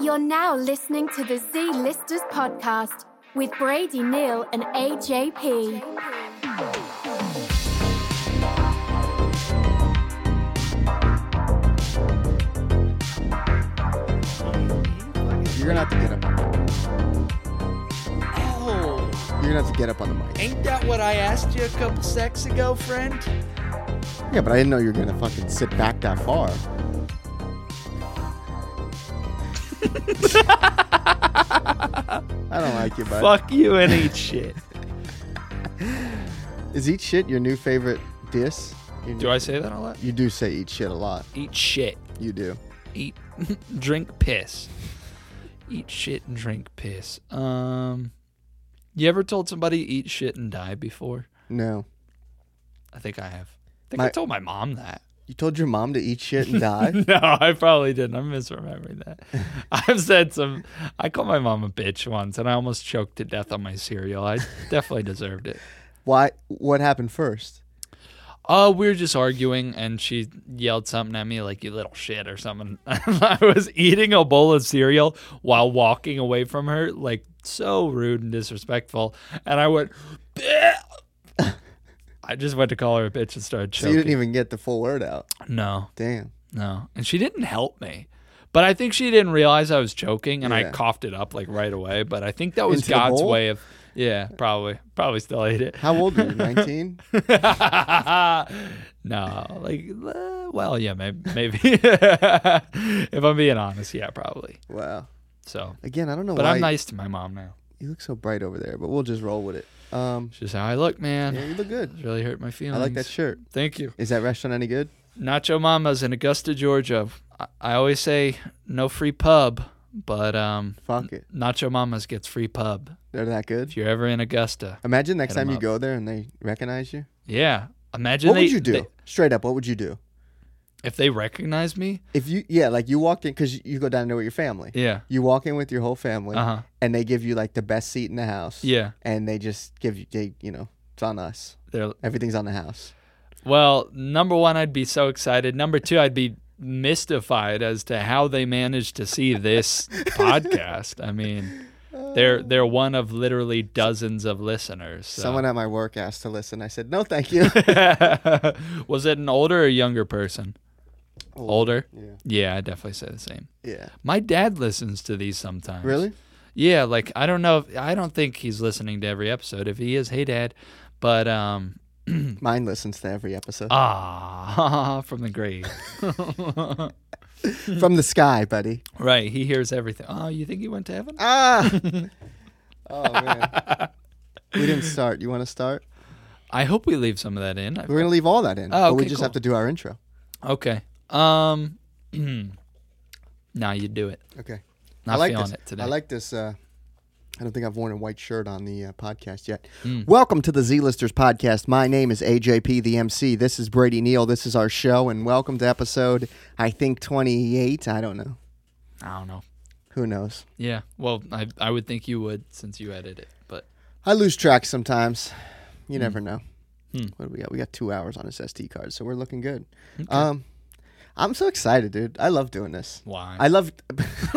You're now listening to the Z Listers podcast with Brady Neal and AJP. You're gonna have to get up. Oh, You're gonna have to get up on the mic. ain't that what I asked you a couple secs ago, friend? Yeah, but I didn't know you were gonna fucking sit back that far. I don't like you, bud. Fuck you and eat shit. Is eat shit your new favorite diss? Your Do new- I say that a lot? You do say eat shit a lot. Eat shit. You do. Eat, drink piss. Eat shit and drink piss. Um, you ever told somebody eat shit and die before? No. I think I have. I think I My- told my mom that. You told your mom to eat shit and die. No, I probably didn't. I'm misremembering that. I've said some. I called my mom a bitch once, and I almost choked to death on my cereal. I definitely deserved it. Why? What happened first? Oh, we were just arguing, and she yelled something at me like "you little shit" or something. I was eating a bowl of cereal while walking away from her, like so rude and disrespectful. And I went, "Bleh." I just went to call her a bitch and started So choking. you didn't even get the full word out. no, Damn. no, and she didn't help me. But I think she didn't realize I was choking, and I Yeah. coughed it up like right away. But I think that was Into the God's bowl? way of, yeah, probably, probably still ate it. How old were you? Nineteen. no, like, uh, well, yeah, maybe. maybe. if I'm being honest, yeah, probably. wow. So, Again, I don't know but why I'm nice to my mom now. you look so bright over there, but we'll just roll with it. Um, It's just how I look, man. yeah, you look good. It's really hurt my I feelings. like that shirt. Thank you. Is that restaurant any good? Nacho Mama's in Augusta, Georgia. I, I always say no free pub, but um, Fuck it. Nacho Mama's gets free pub. They're that If good. you're ever in Augusta, Imagine next Hit 'em time you up. go there and they recognize you. yeah. Imagine What they- would you do? they- Straight up, what would you do? if they recognize me. If you, yeah, like you walked in because you go down there with your family. Yeah. You walk in with your whole family, Uh huh. and they give you like the best seat in the house. Yeah. and they just give you, they, you know, it's on us. They're Everything's on the house. Well, number one, I'd be so excited. Number two, I'd be mystified as to how they managed to see this podcast. I mean, they're they're one of literally dozens of listeners. so- Someone at my work asked to listen. I said, no, thank you. was it an older or younger person? Older. yeah, Yeah, I definitely say the same. yeah. My dad listens to these sometimes. Really? Yeah, like I don't know. If, I don't think he's listening to every episode. If he is, hey dad. But um, Mine listens to every Uh, episode ah, from the grave. from the sky, buddy. Right, he hears everything. Oh, you think he went to heaven? Ah. oh man. We didn't start. You want to start? I hope we leave some of that in. I- We're gonna leave all that in, but we Oh, okay, just cool. have to do our intro. Okay. Um. now you do it. Okay. Not I like feeling this. it today. I like this. Uh, I don't think I've worn a white shirt on the uh, podcast yet. Hmm. Welcome to the Z Listers podcast. My name is AJP, the MC. This is Brady Neal. This is our show, and welcome to episode I think twenty eight. I don't know. I don't know. Who knows? Yeah. Well, I I would think you would since you edit it, but I lose track sometimes. You Hmm. never know. What do we got? We got two hours on this SD card, so we're looking good. Um, I'm so excited, dude. I love doing this. why? I love,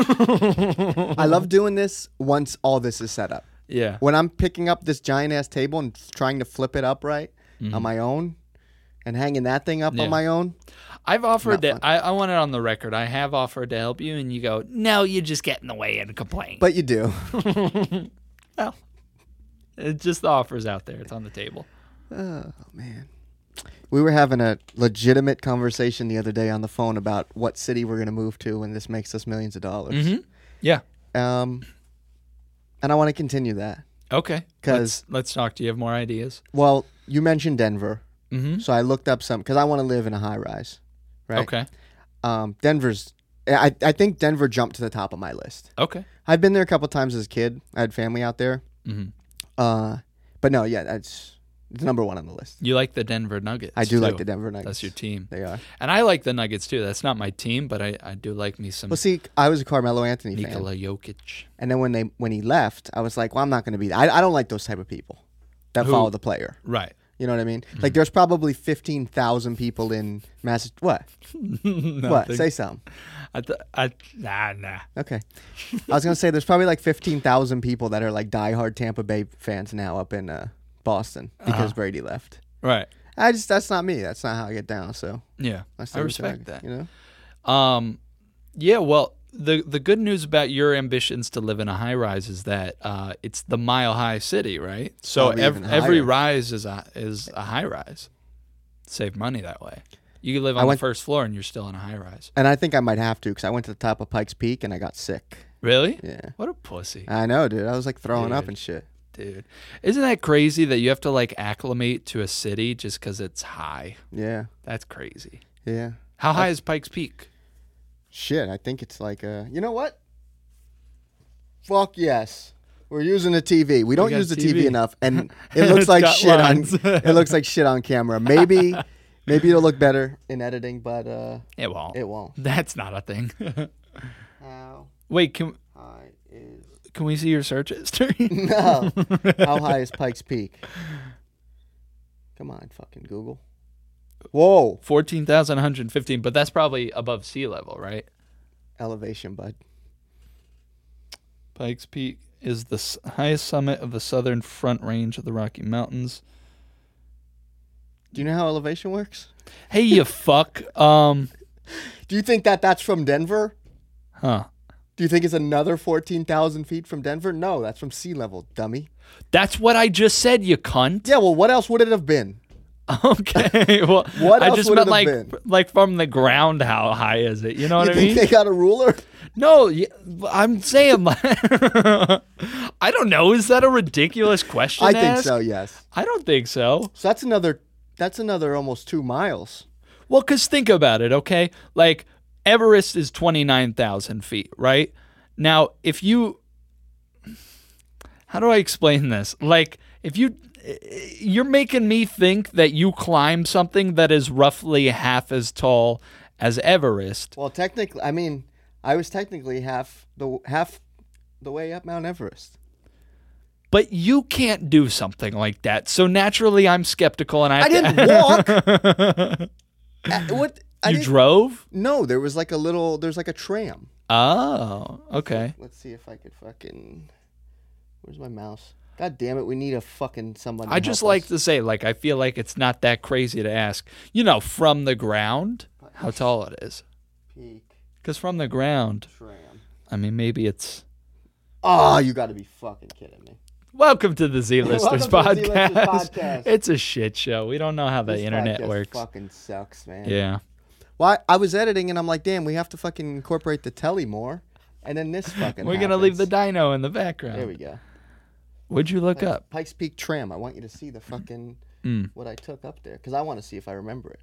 I love doing this once all this is set up. yeah. When I'm picking up this giant ass table and trying to flip it up right on my own, and hanging that thing up Mm-hmm. Yeah. on my own, I've offered Not that. I, I want it on the record. I have offered to help you, and you go, no, you just get in the way and complain. but you do. well, it's just the offers out there. It's on the table. Man. We were having a legitimate conversation the other day on the phone about what city we're going to move to when this makes us millions of dollars. Mm-hmm. Yeah. Um, and I want to continue that Okay. because, Let's talk. Do you have more ideas? well, you mentioned Denver. Mhm. So I looked up some because I want to live in a high rise, right? Okay. Um, Denver's, I, I think Denver jumped to the top of my list. Okay. I've been there a couple times as a kid. I had family out there. Mhm. Uh, but no, yeah, that's it's number one on the list. You like the Denver Nuggets? I do like too. the Denver Nuggets. That's your team. Mm-hmm. They are. And I like the Nuggets too. That's not my team, but I, I do like me some Well, see, I was a Carmelo Anthony fan. Nikola Jokic. And then when they when he left, I was like, well, I'm not going to be. I, I don't like those type of people that Who- follow the player. Right. You know what I mean? Mm-hmm. Like, there's probably fifteen thousand people in Massachusetts. What? what? Say something. I, th- I nah nah. Okay. I was gonna say there's probably like fifteen thousand people that are like diehard Tampa Bay fans now up in uh, Boston Uh-huh. because Brady left. Right. I just that's not me. That's not how I get down. So Yeah. stay I with respect Tiger, that. You know. Um, yeah. Well, the the good news about your ambitions to live in a high rise is that uh, it's the mile high city, right? So Probably ev- even every higher. rise is a is a high rise. Save money that way. You can live on the went- first floor and you're still in a high rise. And I think I might have to because I went to the top of Pikes Peak and I got sick. Really? Yeah. What a pussy, I know, dude. I was like throwing up and shit. dude. Isn't that crazy that you have to like acclimate to a city just because it's high? Yeah. That's crazy. Yeah. How high is Pikes Peak? Shit. I think it's like uh you know what? Fuck yes. We're using a TV. We don't got use the TV. TV enough, and it looks It's like got shit lines. on. It looks like shit on camera. Maybe, maybe it'll look better in editing, but uh, It won't. it won't. That's not a thing. How Wait, can high is can we see your search history? no? How high is Pikes Peak? Come on, fucking Google. Whoa, Fourteen thousand one hundred fifteen, but that's probably above sea level, right? elevation, bud. Pikes Peak is the s- highest summit of the southern front range of the Rocky Mountains. Do you know how elevation works? Hey, you fuck. Um, Do you think that that's from Denver? huh. Do you think it's another 14,000 feet from Denver? No, that's from sea level, dummy. That's what I just said, you cunt. Yeah, well, what else would it have been? Okay. Well, What I else just would meant it like, have been? like from the ground, how high is it? You know what you I think mean? they got a ruler? No, y- I'm saying, like, I don't know. Is that a ridiculous question? I to think ask? so, yes. I don't think so. So that's another that's another almost 2 miles. Well, because think about it, okay? Like, Everest is 29,000 feet, right? Now, if you. How do I explain this? Like, if you. You're making me think that you climb something that is roughly half as tall as Everest. Well, technically, I mean, I was technically half the half the way up Mount Everest. But you can't do something like that. So naturally, I'm skeptical and I. I have to- didn't walk. I- what I you didn't- drove? No, there was like a little there's like a tram. Oh, okay. Let's see if I could fucking Where's my mouse? God damn it, we need a fucking somebody. I to just help like us. to say, like, I feel like it's not that crazy to ask, you know, from the ground, how tall it is. peak Because from the ground, tram. I mean, maybe it's. Oh, you got to be fucking kidding me. Welcome to the Z Listers Welcome to the Z-Listers podcast. podcast. It's a shit show. We don't know how the internet podcast works. Fucking sucks, man. Yeah. Well, I, I was editing and I'm like, damn, we have to fucking incorporate the telly more. And then this fucking. We're going to leave the happens. dino in the background. There we go. What'd you look up? Pikes Peak tram. I want you to see the fucking Mm. what I took up there because I want to see if I remember it.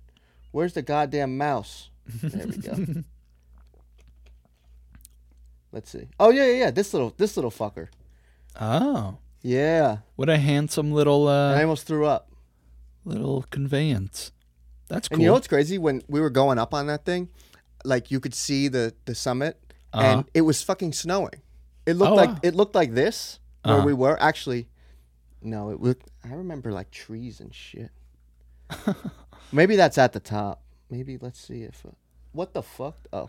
Where's the goddamn mouse? There we go. Let's see. Oh yeah, yeah, yeah. This little, this little fucker. Oh. Yeah. What a handsome little And I uh, almost threw up. little conveyance. That's cool. And you know what's crazy? When we were going up on that thing, like you could see the the summit, Uh-huh. and it was fucking snowing. It looked Oh, like wow. it looked like this where Uh-huh. we were. Actually, no, it looked. I remember like trees and shit. Maybe that's at the top. Maybe let's see if. Uh, what the fuck? Oh,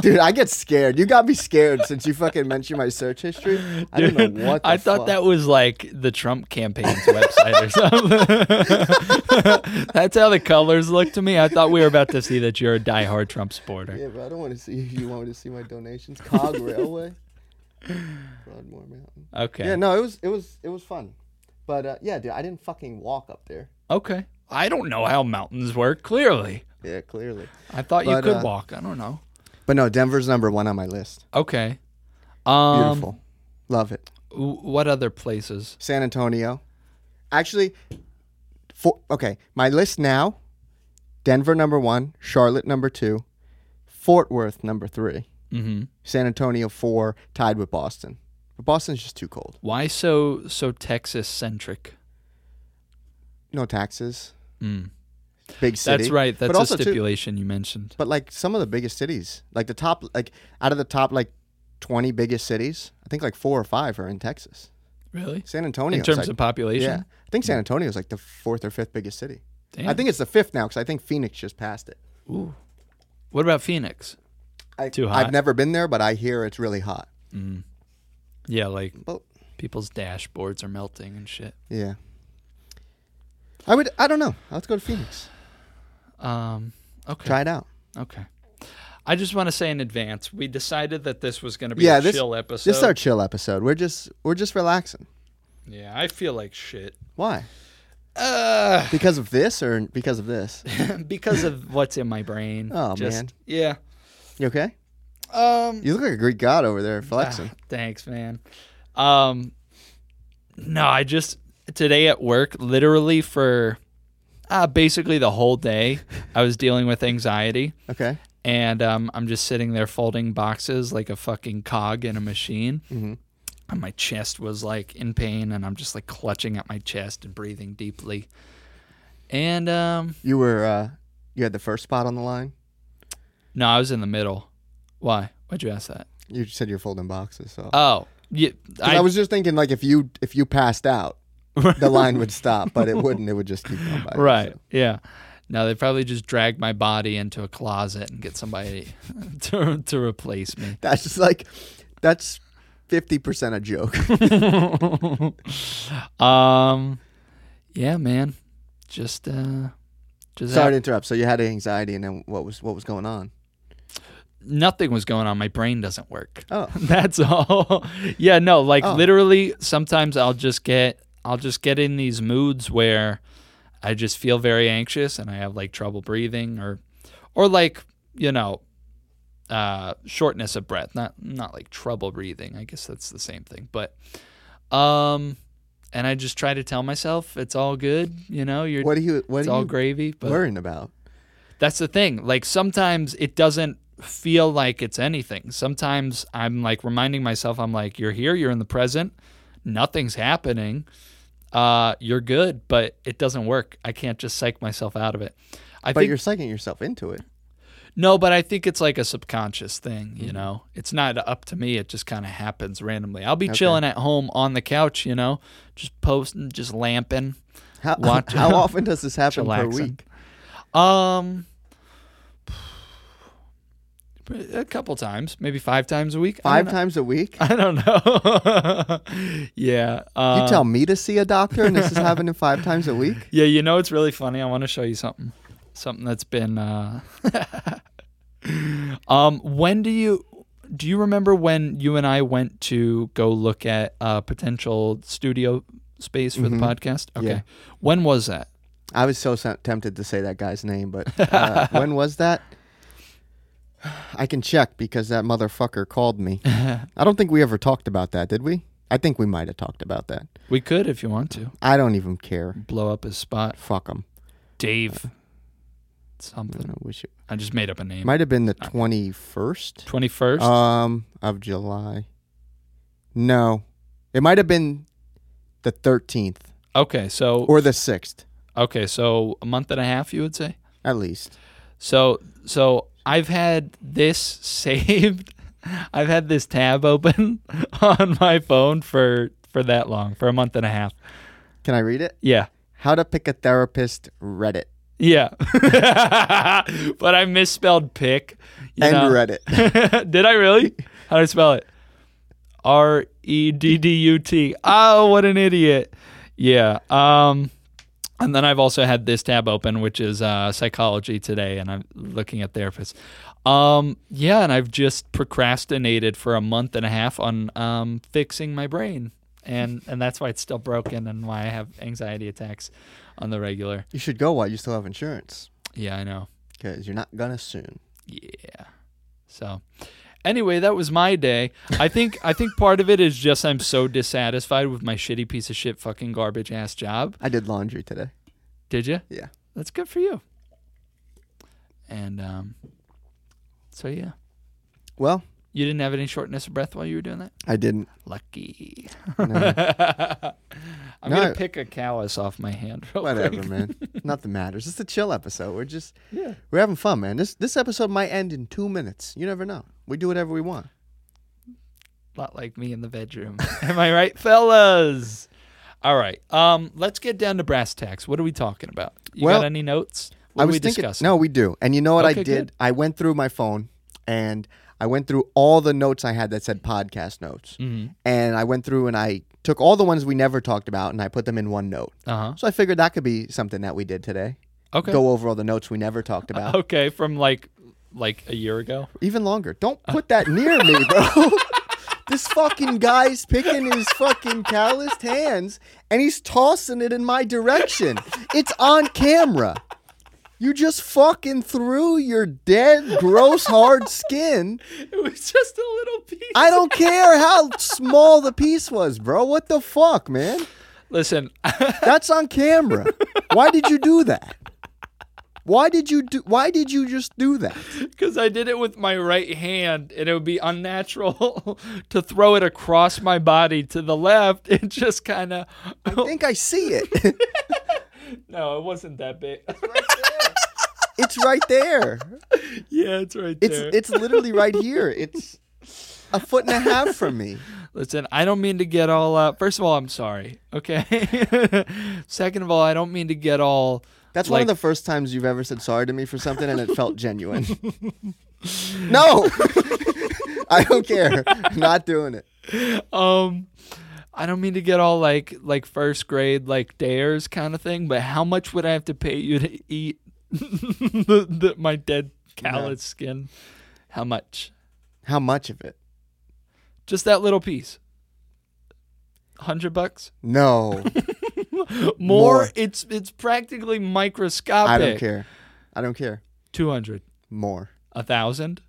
dude, I get scared. You got me scared since you fucking mentioned my search history. I don't know what. The I thought fuck. that was like the Trump campaign's website or something. That's how the colors look to me. I thought we were about to see that you're a diehard Trump supporter. Yeah, but I don't want to see. You want me to see my donations? Cog Railway, Broadmoor Mountain. Okay. Yeah, no, it was it was it was fun, but uh, yeah, dude, I didn't fucking walk up there. Okay. I don't know how mountains work, clearly. Yeah, clearly. I thought you But, could uh, walk. I don't know. But no, Denver's number one on my list. Okay. Um Beautiful, love it. w- what other places? San Antonio, actually, for, okay, my list now: Denver number one, Charlotte number two, Fort Worth number three, Mhm. San Antonio four, tied with Boston. But Boston's just too cold. Why so so Texas centric? No taxes. Mm. Big city. That's right. But That's a also, too- stipulation you mentioned. But like some of the biggest cities, like the top, like out of the top, like twenty biggest cities, I think like four or five are in Texas. Really? San Antonio. In terms of population? yeah, I think San Antonio is like the fourth or fifth biggest city. I Damn. think it's the fifth now because I think Phoenix just passed it. Ooh. What about Phoenix? I, Too I've hot. never been there, but I hear it's really hot. Yeah, like Well, people's dashboards are melting and shit. yeah. I would. I don't know. Let's go to Phoenix. Um, okay. Try it out. Okay. I just want to say in advance, we decided that this was going to be Yeah, a this chill episode. This is our chill episode. We're just we're just relaxing. yeah, I feel like shit. Why? Uh, Because of this or because of this? because of what's in my brain. Oh, Just- man. Yeah. You okay? Um, You look like a Greek god over there flexing. ah, thanks, man. Um, no, I just today at work, literally for uh, basically the whole day, I was dealing with anxiety. Okay. and um, I'm just sitting there folding boxes like a fucking cog in a machine. Mm-hmm. And my chest was like in pain, and I'm just like clutching at my chest and breathing deeply. And um, You were uh you had the first spot on the line. no, I was in the middle. Why? Why'd you ask that? You said you're folding boxes, so Oh, yeah, 'Cause I, was just thinking like if you if you passed out, the line would stop, but it wouldn't. It would just keep going by. right. Yeah. No, they probably just drag my body into a closet and get somebody to to replace me. That's just like that's fifty percent a joke. Um, yeah, man. Just uh, just Sorry to interrupt. So you had anxiety, and then what was what was going on? nothing was going on. My brain doesn't work. Oh. That's all. yeah, no, like Oh. literally sometimes I'll just get I'll just get in these moods where I just feel very anxious and I have like trouble breathing or or like, you know, uh shortness of breath. Not not like trouble breathing. I guess that's the same thing. But um and I just try to tell myself it's all good, you know, you're What are you what it's are all you gravy, but worrying about? that's the thing. Like sometimes it doesn't feel like it's anything. Sometimes I'm like reminding myself, I'm like, you're here, you're in the present, nothing's happening, uh, you're good, but it doesn't work. I can't just psych myself out of it. I But think you're psyching yourself into it. no, but I think it's like a subconscious thing, Mm-hmm. you know. It's not up to me, it just kind of happens randomly. I'll be chilling at home on the couch, you know, just posting, just lamping, How, Watch- how often does this happen per chillaxing. week? Um, a couple times, maybe five times a week. Five I times a week? don't know. I don't know. yeah. Uh, you tell me to see a doctor, and this is happening five times a week. yeah, you know it's really funny. I want to show you something, something that's been. Uh, um, when do you do you remember when you and I went to go look at uh, potential studio space for the podcast? Okay, Mm-hmm. Yeah. when was that? I was so se- tempted to say that guy's name, but uh, when was that? I can check because that motherfucker called me. I don't think we ever talked about that, did we? I think we might have talked about that. We could, if you want to, I don't even care. blow up his spot, Fuck him. Dave. Something. I wish it I just made up a name. might have been the twenty first, Twenty first. um, of July. No, it might have been the thirteenth okay, so or the sixth, okay, so a month and a half, you would say. at least. So so I've had this saved. I've had this tab open on my phone for for that long, for a month and a half. Can I read it? Yeah. How to pick a therapist Reddit Yeah. but I misspelled pick. you and know. Reddit. Did I really? How do I spell it? R E D D U T. Oh, what an idiot. Yeah. Um, and then I've also had this tab open, which is uh, psychology today, and I'm looking at therapists. Um, yeah, and I've just procrastinated for a month and a half on um, fixing my brain, and and that's why it's still broken, and why I have anxiety attacks on the regular. You should go while you still have insurance. Yeah, I know. because you're not gonna soon. Yeah. So anyway, that was my day. I think I think part of it is just I'm so dissatisfied with my shitty piece of shit fucking garbage ass job. I did laundry today. Did you? Yeah. That's good for you. And um so yeah. Well, You didn't have any shortness of breath while you were doing that? I didn't. Lucky. No, I'm No, I- gonna pick a callus off my hand. real quick. whatever, man. Nothing matters. It's a chill episode. We're just Yeah. we're having fun, man. This this episode might end in two minutes. You never know. We do whatever we want. lot like me in the bedroom. Am I right, fellas? All right. Um, let's get down to brass tacks. What are we talking about? You Well, got any notes? What I are was we thinking. discussing? No, we do. And you know what I Okay, did? good. I went through my phone and I went through all the notes I had that said podcast notes, Mm-hmm. and I went through and I took all the ones we never talked about and I put them in one note. Uh So I figured that could be something that we did today. huh. Okay. Go over all the notes we never talked about. Okay, from like like a year ago. Even longer. Don't put that near me, bro. this fucking guy's picking his fucking calloused hands and he's tossing it in my direction. It's on camera. You just fucking threw your dead, gross, hard skin. It was just a little piece. I don't care how small the piece was, bro. What the fuck, man? Listen, That's on camera. Why did you do that? Why did you do why did you just do that? because I did it with my right hand, and it would be unnatural to throw it across my body to the left. It just kind of. I think I see it. No, it wasn't that big. it's right there. yeah, it's right It's there. it's literally right here. It's a foot and a half from me. Listen, I don't mean to get all. Uh, first of all, I'm sorry. Okay. Second of all, I don't mean to get all. That's one of Like- the first times you've ever said sorry to me for something and it felt genuine. no. I don't care. Not doing it. um I don't mean to get all like like first grade like dares kind of thing, but how much would I have to pay you to eat the, the, my dead callous skin? How much? How much of it? Just that little piece. Hundred bucks No. more, More. It's it's practically I microscopic. don't care. I don't care. Two hundred, More. a thousand.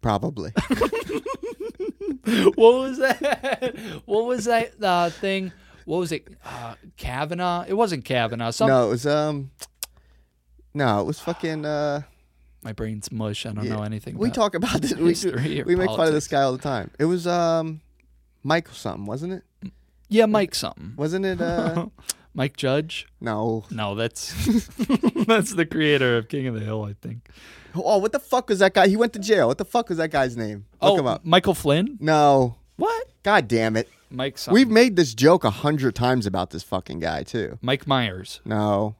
Probably. What was that? what was that uh, thing? What was it? Uh, Kavanaugh? It wasn't Kavanaugh. Some, No, it was um No, it was fucking uh My brain's mush. I don't know anything. We about. talk about this. We, do- history or we make fun of politics. this guy all the time. It was um, Michael something, wasn't it? Yeah, Mike something. Wasn't it? Uh, Mike Judge? no. No, that's that's the creator of King of the Hill, I think. Oh, what the fuck was that guy? He went to jail. What the fuck was that guy's name? Look oh, him up. Michael Flynn? No. What? God damn it. Mike something. We've made this joke a hundred times about this fucking guy too. Mike Myers. No.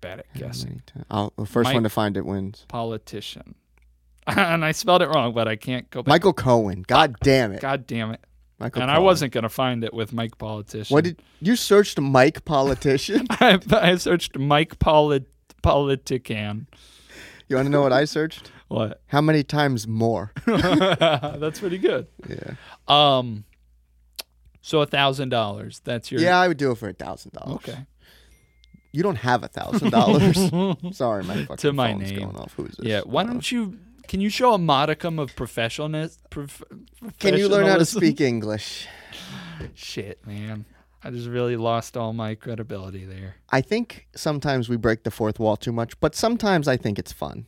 Bad Mm-hmm. at guessing. I'll, the first Mike- one to find it wins. Politician. and I spelled it wrong, but I can't go back. Michael Cohen. God damn it. God damn it. Michael and I Cohen. wasn't going to find it with Mike Politician. What did you searched Mike politician? I, I searched Mike Polit- Politican. you want to know what I searched? What? How many times more? that's pretty good. Yeah. Um. So a thousand dollars. That's your Yeah, I would do it for a thousand dollars. Okay. You don't have a thousand dollars. Sorry, my fucking To my phone's name. going off. Who is this? Yeah, why don't you? Can you show a modicum of professionalness? Prof, Can you learn how to professionalism? speak English? Shit, man, I just really lost all my credibility there. I think sometimes we break the fourth wall too much, but sometimes I think it's fun,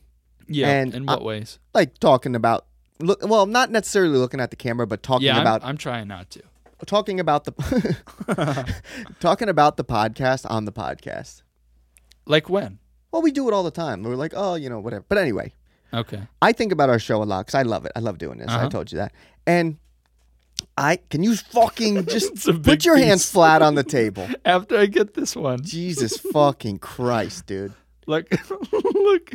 Yeah, And in I- what ways? like talking about look. Well, not necessarily looking at the camera, but talking Yeah, I'm, about I'm trying not to. talking about the talking about the podcast on the podcast. Like when? Well, we do it all the time. We're like, oh, you know, whatever. But anyway, Okay. I think about our show a lot because I love it. I love doing this. I Uh-huh. told you that. And I can you fucking just It's a put big your hands piece. flat on the table. After I get this one, Jesus fucking Christ, dude. look, look.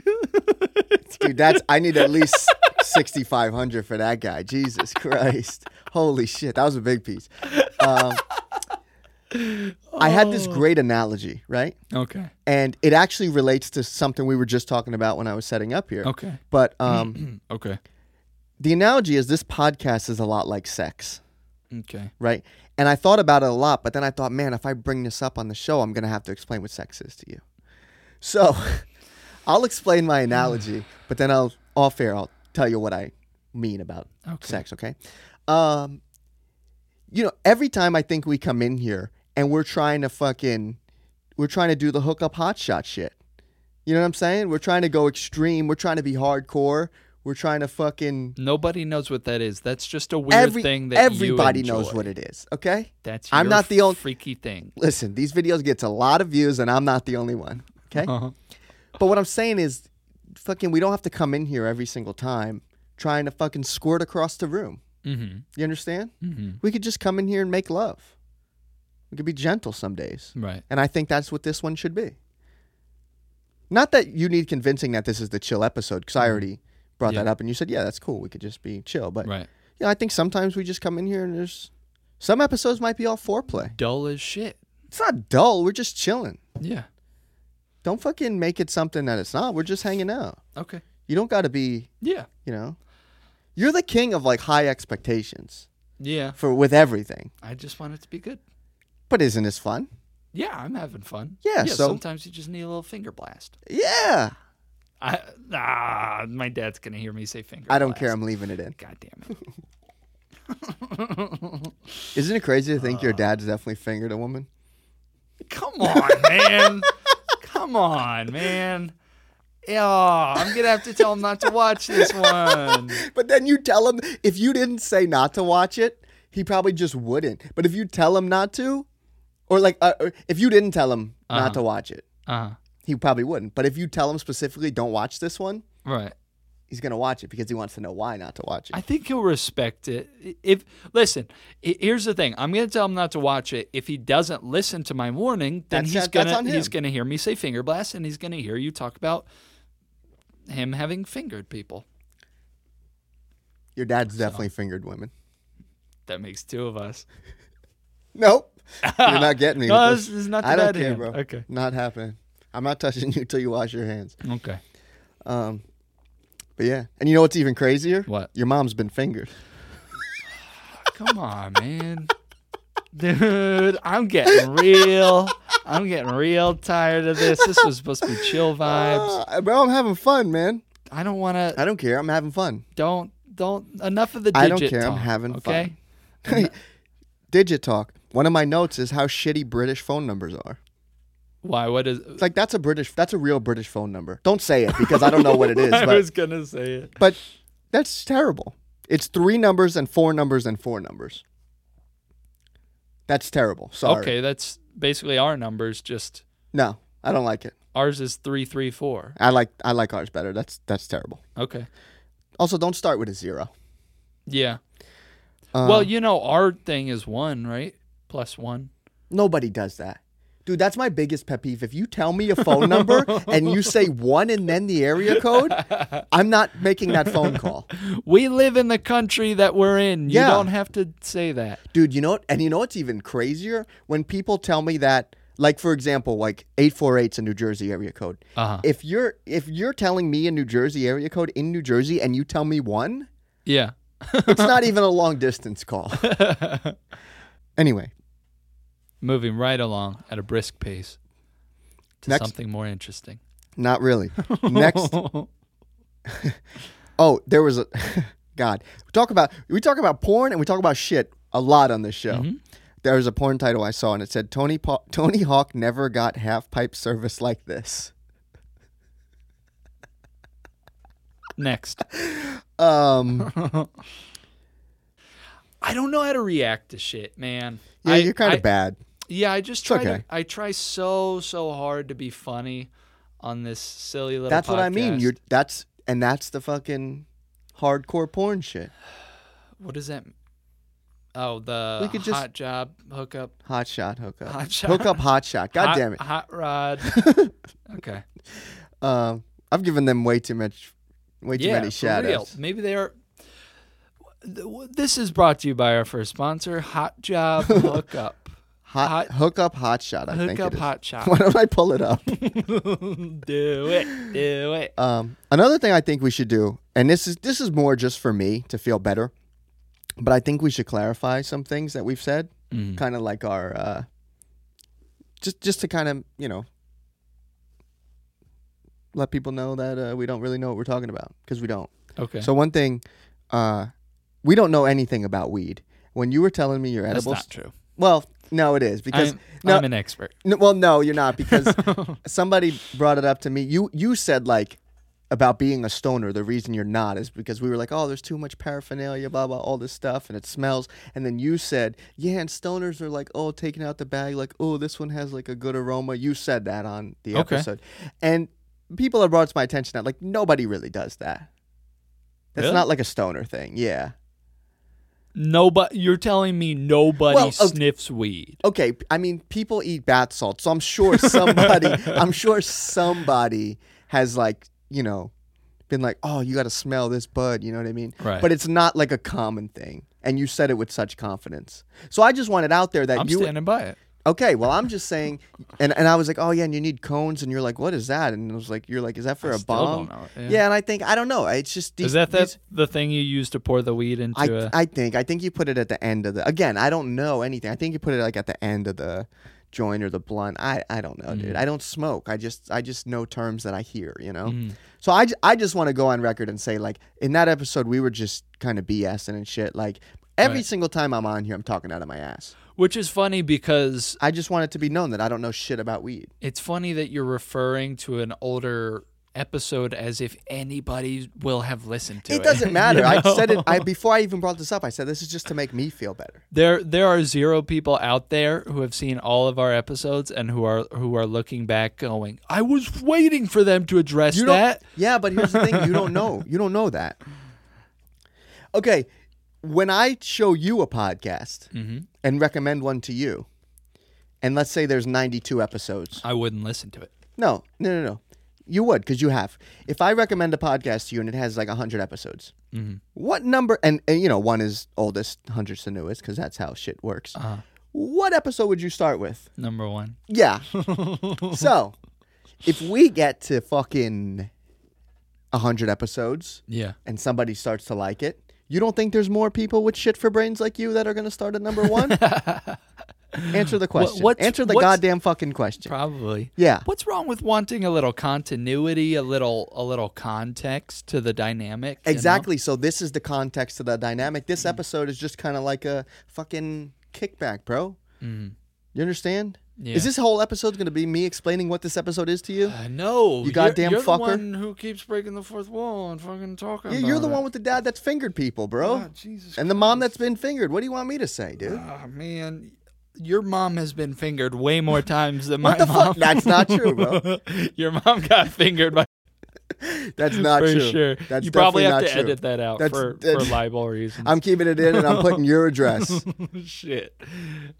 Dude, that's I need at least sixty five hundred for that guy. Jesus Christ. Holy shit. That was a big piece. Um, I had this great analogy, right? okay. And it actually relates to something we were just talking about when I was setting up here. Okay. Hmm, But um, Okay. the analogy is this podcast is a lot like sex. Okay. right? And I thought about it a lot, but then I thought, man, if I bring this up on the show, I'm going to have to explain what sex is to you. So I'll explain my analogy, but then I'll, off air, I'll tell you what I mean about Okay. sex, okay? Um, you know, every time I think we come in here and we're trying to fucking, we're trying to do the hookup hotshot shit. You know what I'm saying? We're trying to go extreme. We're trying to be hardcore. We're trying to fucking. Nobody knows what that is. That's just a weird Every, thing that everybody knows what is. it is, okay? That's I'm your not the only- freaky thing. listen, these videos gets a lot of views, and I'm not the only one. Okay, Uh-huh. but what I'm saying is, fucking, we don't have to come in here every single time trying to fucking squirt across the room. Mm-hmm. You understand? Mm-hmm. We could just come in here and make love. We could be gentle some days. Right. And I think that's what this one should be. Not that you need convincing that this is the chill episode, because I already brought Mm-hmm. Yeah. that up and you said, yeah, that's cool. We could just be chill. But Right. yeah, I think sometimes we just come in here and there's some episodes might be all foreplay. Dull as shit. It's not dull. We're just chilling. Yeah. Don't fucking make it something that it's not. We're just hanging out. Okay. You don't got to be, Yeah. you know, you're the king of like high expectations Yeah. for with everything. I just want it to be good. But isn't this fun? Yeah, I'm having fun. Yeah, so- sometimes you just need a little finger blast. Yeah. I ah, my dad's gonna hear me say finger. I don't blast. care. I'm leaving it in. God damn it. Isn't it crazy to think your dad's definitely fingered a woman? Come on, man. Come on, man. Yeah, I'm gonna have to tell him not to watch this one. But then you tell him if you didn't say not to watch it, he probably just wouldn't. But if you tell him not to, or like uh, or if you didn't tell him Uh-huh. not to watch it, Uh he probably wouldn't. But if you tell him specifically don't watch this one, right. he's gonna watch it because he wants to know why not to watch it. I think he'll respect it. If listen, i- here's the thing. I'm gonna tell him not to watch it. If he doesn't listen to my warning, then That's- he's that- that's gonna on he's him. gonna hear me say finger blast, and he's gonna hear you talk about him having fingered people. Your dad's definitely fingered women. That makes two of us. Nope, you're not getting me. No, with this is not I the don't bad care, hand. bro. Okay. not happening. I'm not touching you till you wash your hands. Okay. Um, but yeah, and you know what's even crazier? What? Your mom's been fingered. Come on, man. Dude, I'm getting real. I'm getting real tired of this. This was supposed to be chill vibes. Uh, bro, I'm having fun, man. I don't want to. I don't care. I'm having fun. Don't. Don't. Enough of the digit I don't care. I'm talk, having okay? fun. Digit talk. One of my notes is how shitty British phone numbers are. Why? What is? It's like that's a British, that's a real British phone number. Don't say it because I don't know what it is. I but, was gonna say it. but that's terrible. It's three numbers and four numbers and four numbers. That's terrible. Sorry. Okay, that's basically our numbers. Just No, I don't like it. ours is three three four. I like I like ours better. That's that's terrible. Okay. Also, don't start with a zero. Yeah. Um, well, you know, our thing is one, right? Plus one. Nobody does that. Dude, that's my biggest pet peeve. If you tell me a phone number and you say one and then the area code, I'm not making that phone call. We live in the country that we're in. You Yeah. don't have to say that. Dude, you know what? And you know what's even crazier? When people tell me that, like for example, like 848's a New Jersey area code. Uh huh. If you're if you're telling me a New Jersey area code in New Jersey and you tell me one, Yeah. it's not even a long distance call. anyway, Moving right along at a brisk pace to Next. something more interesting. not really. Next Oh, there was a God. We talk about we talk about porn and we talk about shit a lot on this show. Mm-hmm. There was a porn title I saw and it said Tony pa- Tony Hawk never got half pipe service like this. Next. Um, I don't know how to react to shit, man. yeah, I- you're kind I- of bad. Yeah, I just try okay. to. I try so so hard to be funny on this silly little. That's what I mean. podcast. You're that's and that's the fucking hardcore porn shit. What does that? m- Oh, the We could just- hot job hookup. Hot shot, hook up, Hot shot. hook up, hot shot. God hot, damn it! Hot rod. okay. Um, I've given them way too much, way too yeah, many for shout real. outs. Maybe they are. This is brought to you by our first sponsor, Hot Job Hookup. Hot, Hot- hook up, hot shot. I think Hookup it is. Hot Shop. Why don't I pull it up? do it. Do it. Um, another thing I think we should do, and this is this is more just for me to feel better, but I think we should clarify some things that we've said, Mm. kind of like our, uh, just just to kind of you know let people know that uh, we don't really know what we're talking about because we don't. Okay. So one thing, uh, we don't know anything about weed. When you were telling me your that's edibles, not true. well, no, it is because I'm, no, I'm an expert. no, well, no, you're not because somebody brought it up to me. You you said like about being a stoner. The reason you're not is because we were like, oh, there's too much paraphernalia, blah blah, all this stuff, and it smells. And then you said, yeah, and stoners are like, oh, taking out the bag, like, oh, this one has like a good aroma. You said that on the Okay. episode, and people have brought it to my attention that like nobody really does that. That's Really? not like a stoner thing. Yeah. Nobody, you're telling me nobody Well, okay. sniffs weed. Okay, p- I mean, people eat bath salts, so I'm sure somebody, I'm sure somebody has like, you know, been like, oh, you got to smell this bud, you know what I mean? Right. But it's not like a common thing, and you said it with such confidence. So I just wanted out there that I'm you. standing by it. Okay, well, I'm just saying, and and I was like, oh yeah, and you need cones, and you're like, what is that? And I was like, you're like, is that for a still bomb? don't know it, yeah. yeah. and I think I don't know. It's just these, Is that these- that the thing you use to pour the weed into I, a I think I think you put it at the end of the again I don't know anything I think you put it like at the end of the joint or the blunt I, I don't know Mm. dude I don't smoke I just I just know terms that I hear you know Mm. so I, ju- I just want to go on record and say like in that episode we were just kind of BSing and shit like every Right. single time I'm on here I'm talking out of my ass Which is funny because I just want it to be known that I don't know shit about weed it's funny that you're referring to an older episode as if anybody will have listened to it. it doesn't matter You I said it know? I before I even brought this up I said this is just to make me feel better There there are zero people out there who have seen all of our episodes and who are who are looking back going, I was waiting for them to address You don't- that. Yeah, but here's the thing: you don't know. You don't know that. Okay, when I show you a podcast and recommend one to you, and let's say there's 92 episodes. I wouldn't listen to it. No, no, no, no. You would because you have. If I recommend a podcast to you and it has like 100 episodes, what number? And, and you know, one is oldest, hundred's the newest, because that's how shit works. What episode would you start with? Number one. Yeah. so, if we get to fucking 100 episodes Yeah. and somebody starts to like it, you don't think there's more people with shit for brains like you that are going to start at number one? Answer the question. what's- Answer the what's- goddamn fucking question. Probably. yeah. What's wrong with wanting a little continuity, a little a little context to the dynamic? you know? Exactly. So this is the context of the dynamic. Mm-hmm. This episode is just kind of like a fucking kickback, bro. You understand? Mm-hmm. Yeah. Is this whole episode going to be me explaining what this episode is to you? Uh, no, you goddamn you're fucker. The one who keeps breaking the fourth wall and fucking talking. Yeah, you're about the it. one with the dad that's fingered people, bro. Ah, Jesus. and the mom that's been fingered. What do you want me to say, dude? Ah, man, your mom has been fingered way more times than What my the mom. fuck? That's not true, bro. your mom got fingered by That's not for true. sure. That's you probably definitely have not to true. edit that out That's- for, for that's- libel reasons. I'm keeping it in, and I'm putting your address. Shit.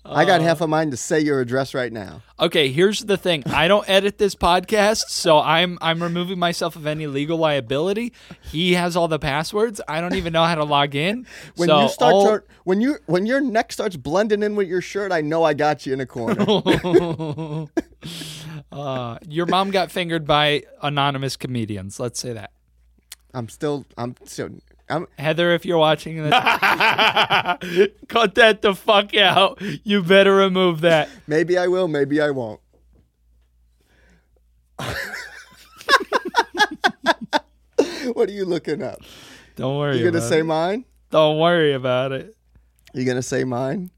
I Uh, got half a mind to say your address right now. Okay, here's the thing. I don't edit this podcast, so I'm I'm removing myself of any legal liability. He has all the passwords. I don't even know how to log in. When so you start, all- tur- when you when your neck starts blending in with your shirt, I know I got you in a corner. Uh, your mom got fingered by anonymous comedians. Let's say that. I'm still, I'm still, I'm. Heather, if you're watching this, cut that the fuck out. You better remove that. Maybe I will, maybe I won't. what are you looking up? Don't worry. You gonna about say it. mine? Don't worry about it. You gonna say mine?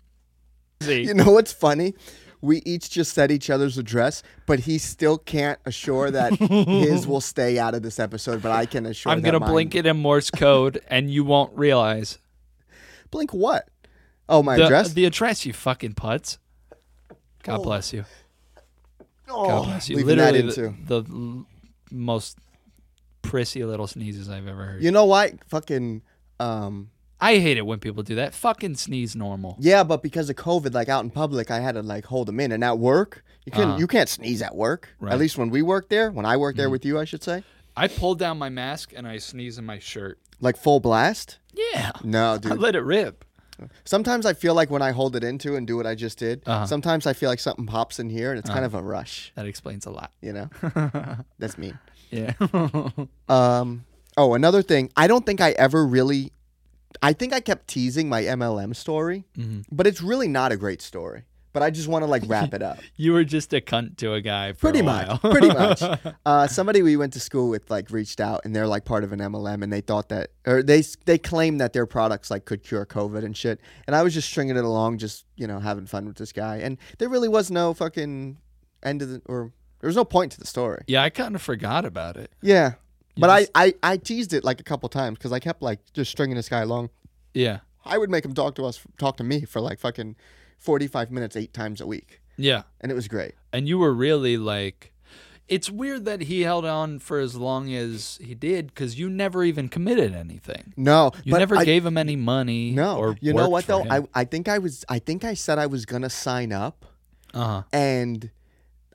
See, You know what's funny? We each just said each other's address, but he still can't assure that his will stay out of this episode. But I can assure. I'm that gonna mine- blink it in Morse code, and you won't realize Blink what? Oh, my the address. the address. You fucking putz. God bless you. oh, God bless you. leaving that Literally in the, too. the l- most prissy little sneezes I've ever heard. You know what? Fucking. Um, I hate it when people do that. Fucking sneeze normal. yeah, but because of COVID, like out in public, I had to like hold them in. And at work, you can not you can't sneeze at work. At Ah. Right. Mm-hmm. least when we worked there, when I worked there with you, I should say, I pulled down my mask and I sneeze in my shirt. like full blast. Yeah. No, I dude. let it rip. Sometimes I feel like when I hold it into and do what I just did, sometimes I feel like something pops in here, and it's kind of a rush. That explains a lot. You know, that's me. Yeah. Um. Oh, another thing. I don't think I ever really. I think I kept teasing my MLM story, but it's really not a great story. But I just want to like wrap it up. you were just a cunt to a guy for pretty a much. while. Pretty much. Uh, somebody we went to school with like reached out, and they're like part of an MLM, and they thought that, or they they claim that their products like could cure COVID and shit. And I was just stringing it along, just you know having fun with this guy, and there really was no fucking end of the or there was no point to the story. yeah, I kind of forgot about it. Yeah. But just- I, I, I teased it like a couple times because I kept like just stringing this guy along. Yeah. I would make him talk to us, talk to me for like fucking 45 minutes, eight times a week. Yeah. And it was great. And you were really like, it's weird that he held on for as long as he did because you never even committed anything. No, You but never I- gave him any money. No, or you know what though? I I think I was I think I said I was gonna sign up, uh and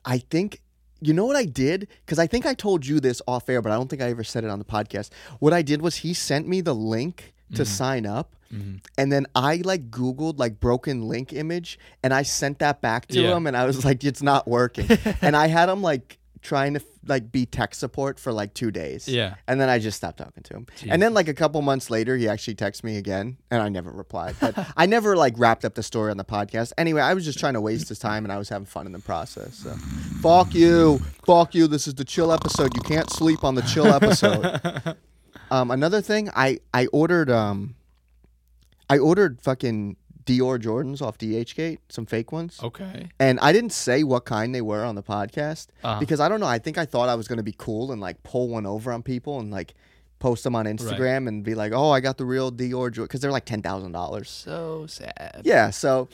I think you know what I did because I think I told you this off air, but I don't think I ever said it on the podcast. What I did was he sent me the link Mm-hmm. to sign up. And then I like Googled like broken link image and I sent that back to Yeah. him and I was like, it's not working. and I had him like trying to like be tech support for like two days. Yeah. And then I just stopped talking to him. And then like a couple months later, he actually texted me again, and I never replied. But I never like wrapped up the story on the podcast. Anyway, I was just trying to waste his time, and I was having fun in the process. So, fuck you, fuck you. This is the chill episode. You can't sleep on the chill episode. um, another thing, I I ordered um, I ordered fucking Dior Jordans off DHgate, some fake ones. Okay. And I didn't say what kind they were on the podcast Uh-huh. because I don't know. I think I thought I was going to be cool and like pull one over on people and like post them on Instagram and be like, oh, I got the real Dior because they're like $10,000. So sad. Yeah. So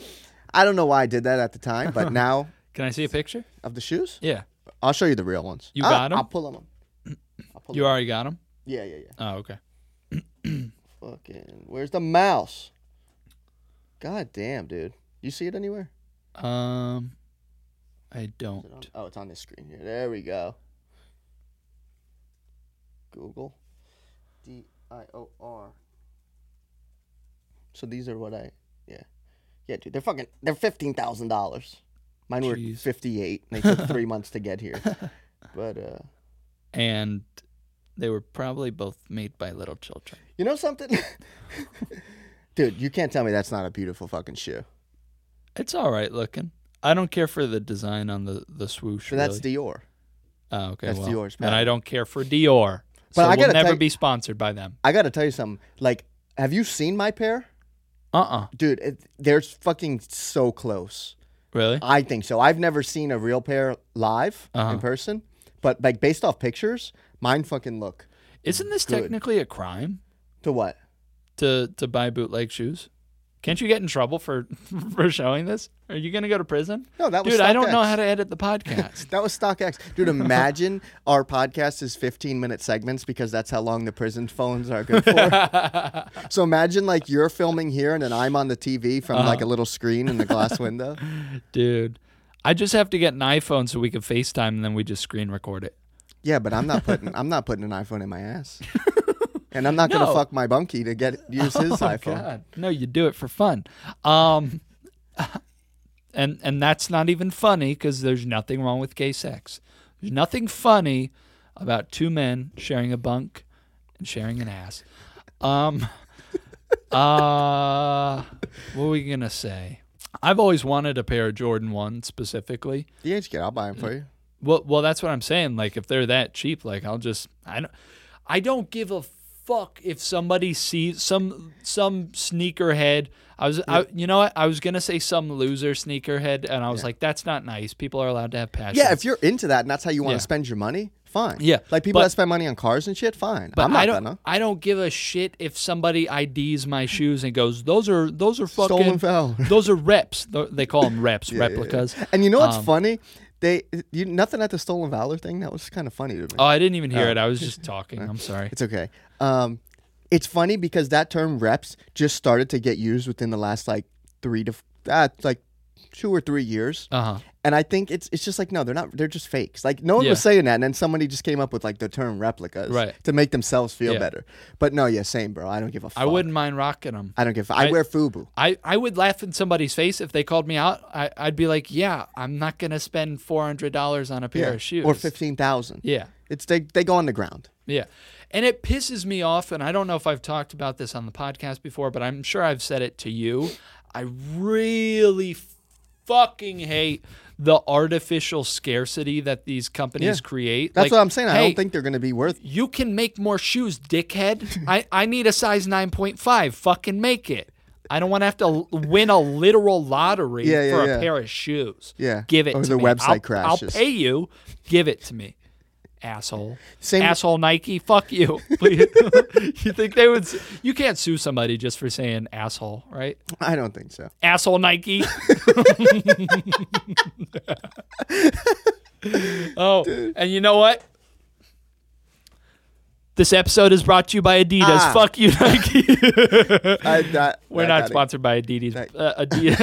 I don't know why I did that at the time, but now Can I see a picture? of the shoes, Yeah. I'll show you the real ones. You I'll- got 'em? I'll pull them up. I'll pull You 'em up. already got him. Yeah, yeah, yeah. Oh, okay. Fucking. Where's the mouse? God damn, dude. You see it anywhere? Um, I Is it on- don't. Oh, it's on this screen here. There we go. Google. D I O R. So these are what I yeah. Yeah, dude. They're fucking they're fifteen thousand dollars. Mine were Jeez. fifty eight. They took three months to get here. But uh And they were probably both made by little children. you know something? dude, you can't tell me that's not a beautiful fucking shoe. It's all right looking. I don't care for the design on the the swoosh. So that's really. Dior. Oh, okay. That's well, Dior's And I patent. don't care for Dior. But so I we'll gotta never tell- be sponsored by them. I gotta tell you something. Like, have you seen my pair? Uh uh Dude, it, they're fucking so close. Really? I think so. I've never seen a real pair live Uh-huh. in person, but like based off pictures, mine fucking look Isn't this good. technically a crime to what? to to buy bootleg shoes? Can't you get in trouble for for showing this? Are you gonna go to prison? No, that was dude. I don't know StockX. how to edit the podcast. That was StockX, dude. Imagine our podcast is 15 minute segments because that's how long the prison phones are good for. so imagine like you're filming here and then I'm on the TV Uh-huh. from like a little screen in the glass window. Dude, I just have to get an iPhone so we can FaceTime and then we just screen record it. Yeah, but I'm not putting I'm not putting an iPhone in my ass, and I'm not gonna No. Oh fuck my bunkie to get use his iPhone. No, you do it for fun. Um and and that's not even funny cuz there's nothing wrong with gay sex. There's nothing funny about two men sharing a bunk and sharing an ass. Um uh what were we going to say? I've always wanted a pair of Jordan 1 specifically. DHgate, I'll buy them Mm. for you. Well, well, that's what I'm saying. Like, if they're that cheap, like, I'll just I don't I don't give a fuck if somebody sees some some sneakerhead. I was I, you know what I was gonna say some loser sneakerhead, and I was like, that's not nice. People are allowed to have passions. Yeah, if you're into that and that's how you want Yeah. to spend your money, fine. Yeah, like people but- that spend money on cars and shit, fine. But I'm not I don't. gonna. I don't give a shit if somebody IDs my shoes and goes, "Those are those are fucking Stolen valor. those are reps." Th- They call them reps, replicas. And you know Um, what's funny? They you, nothing at the stolen valor thing that was kind of funny to me. Oh, I didn't even hear it. I was just talking. I'm sorry. It's okay. Um, it's funny because that term reps just started to get used within the last like three to f- uh, like two or three years. Uh huh. And I think it's it's just like no, they're not. They're just fakes. Like no one Yeah. was saying that, and then somebody just came up with like the term replicas Right. to make themselves feel Yeah. better. But no, yeah, same, bro. I don't give a fuck. I wouldn't mind rocking them. I don't give. a I, I- wear FUBU. I, I would laugh in somebody's face if they called me out. I, I'd be like, yeah, I'm not going to spend $400 on a pair Yeah. of shoes. or fifteen thousand. Yeah. It's they they go on the ground. Yeah. And it pisses me off. And I don't know if I've talked about this on the podcast before, but I'm sure I've said it to you. I really fucking hate the artificial scarcity that these companies Yeah. create. That's Like, what I'm saying. I hey, don't think they're going to be worth. you can make more shoes, dickhead. I, I need a size 9.5. Fucking make it. I don't want to have to l- win a literal lottery Yeah, yeah, for a yeah. pair of shoes. Yeah. Give it Or to the me. website I'll, crashes. I'll pay you. Give it to me. Asshole. Same- Asshole Nike. Fuck you. you think they would. s- You can't sue somebody just for saying asshole, right? I don't think so. Asshole Nike. Oh, and you know what? This episode is brought to you by Adidas. Ah. Fuck you, Nike. I, that, We're not that got it. sponsored by Adidas, That- uh, Adidas,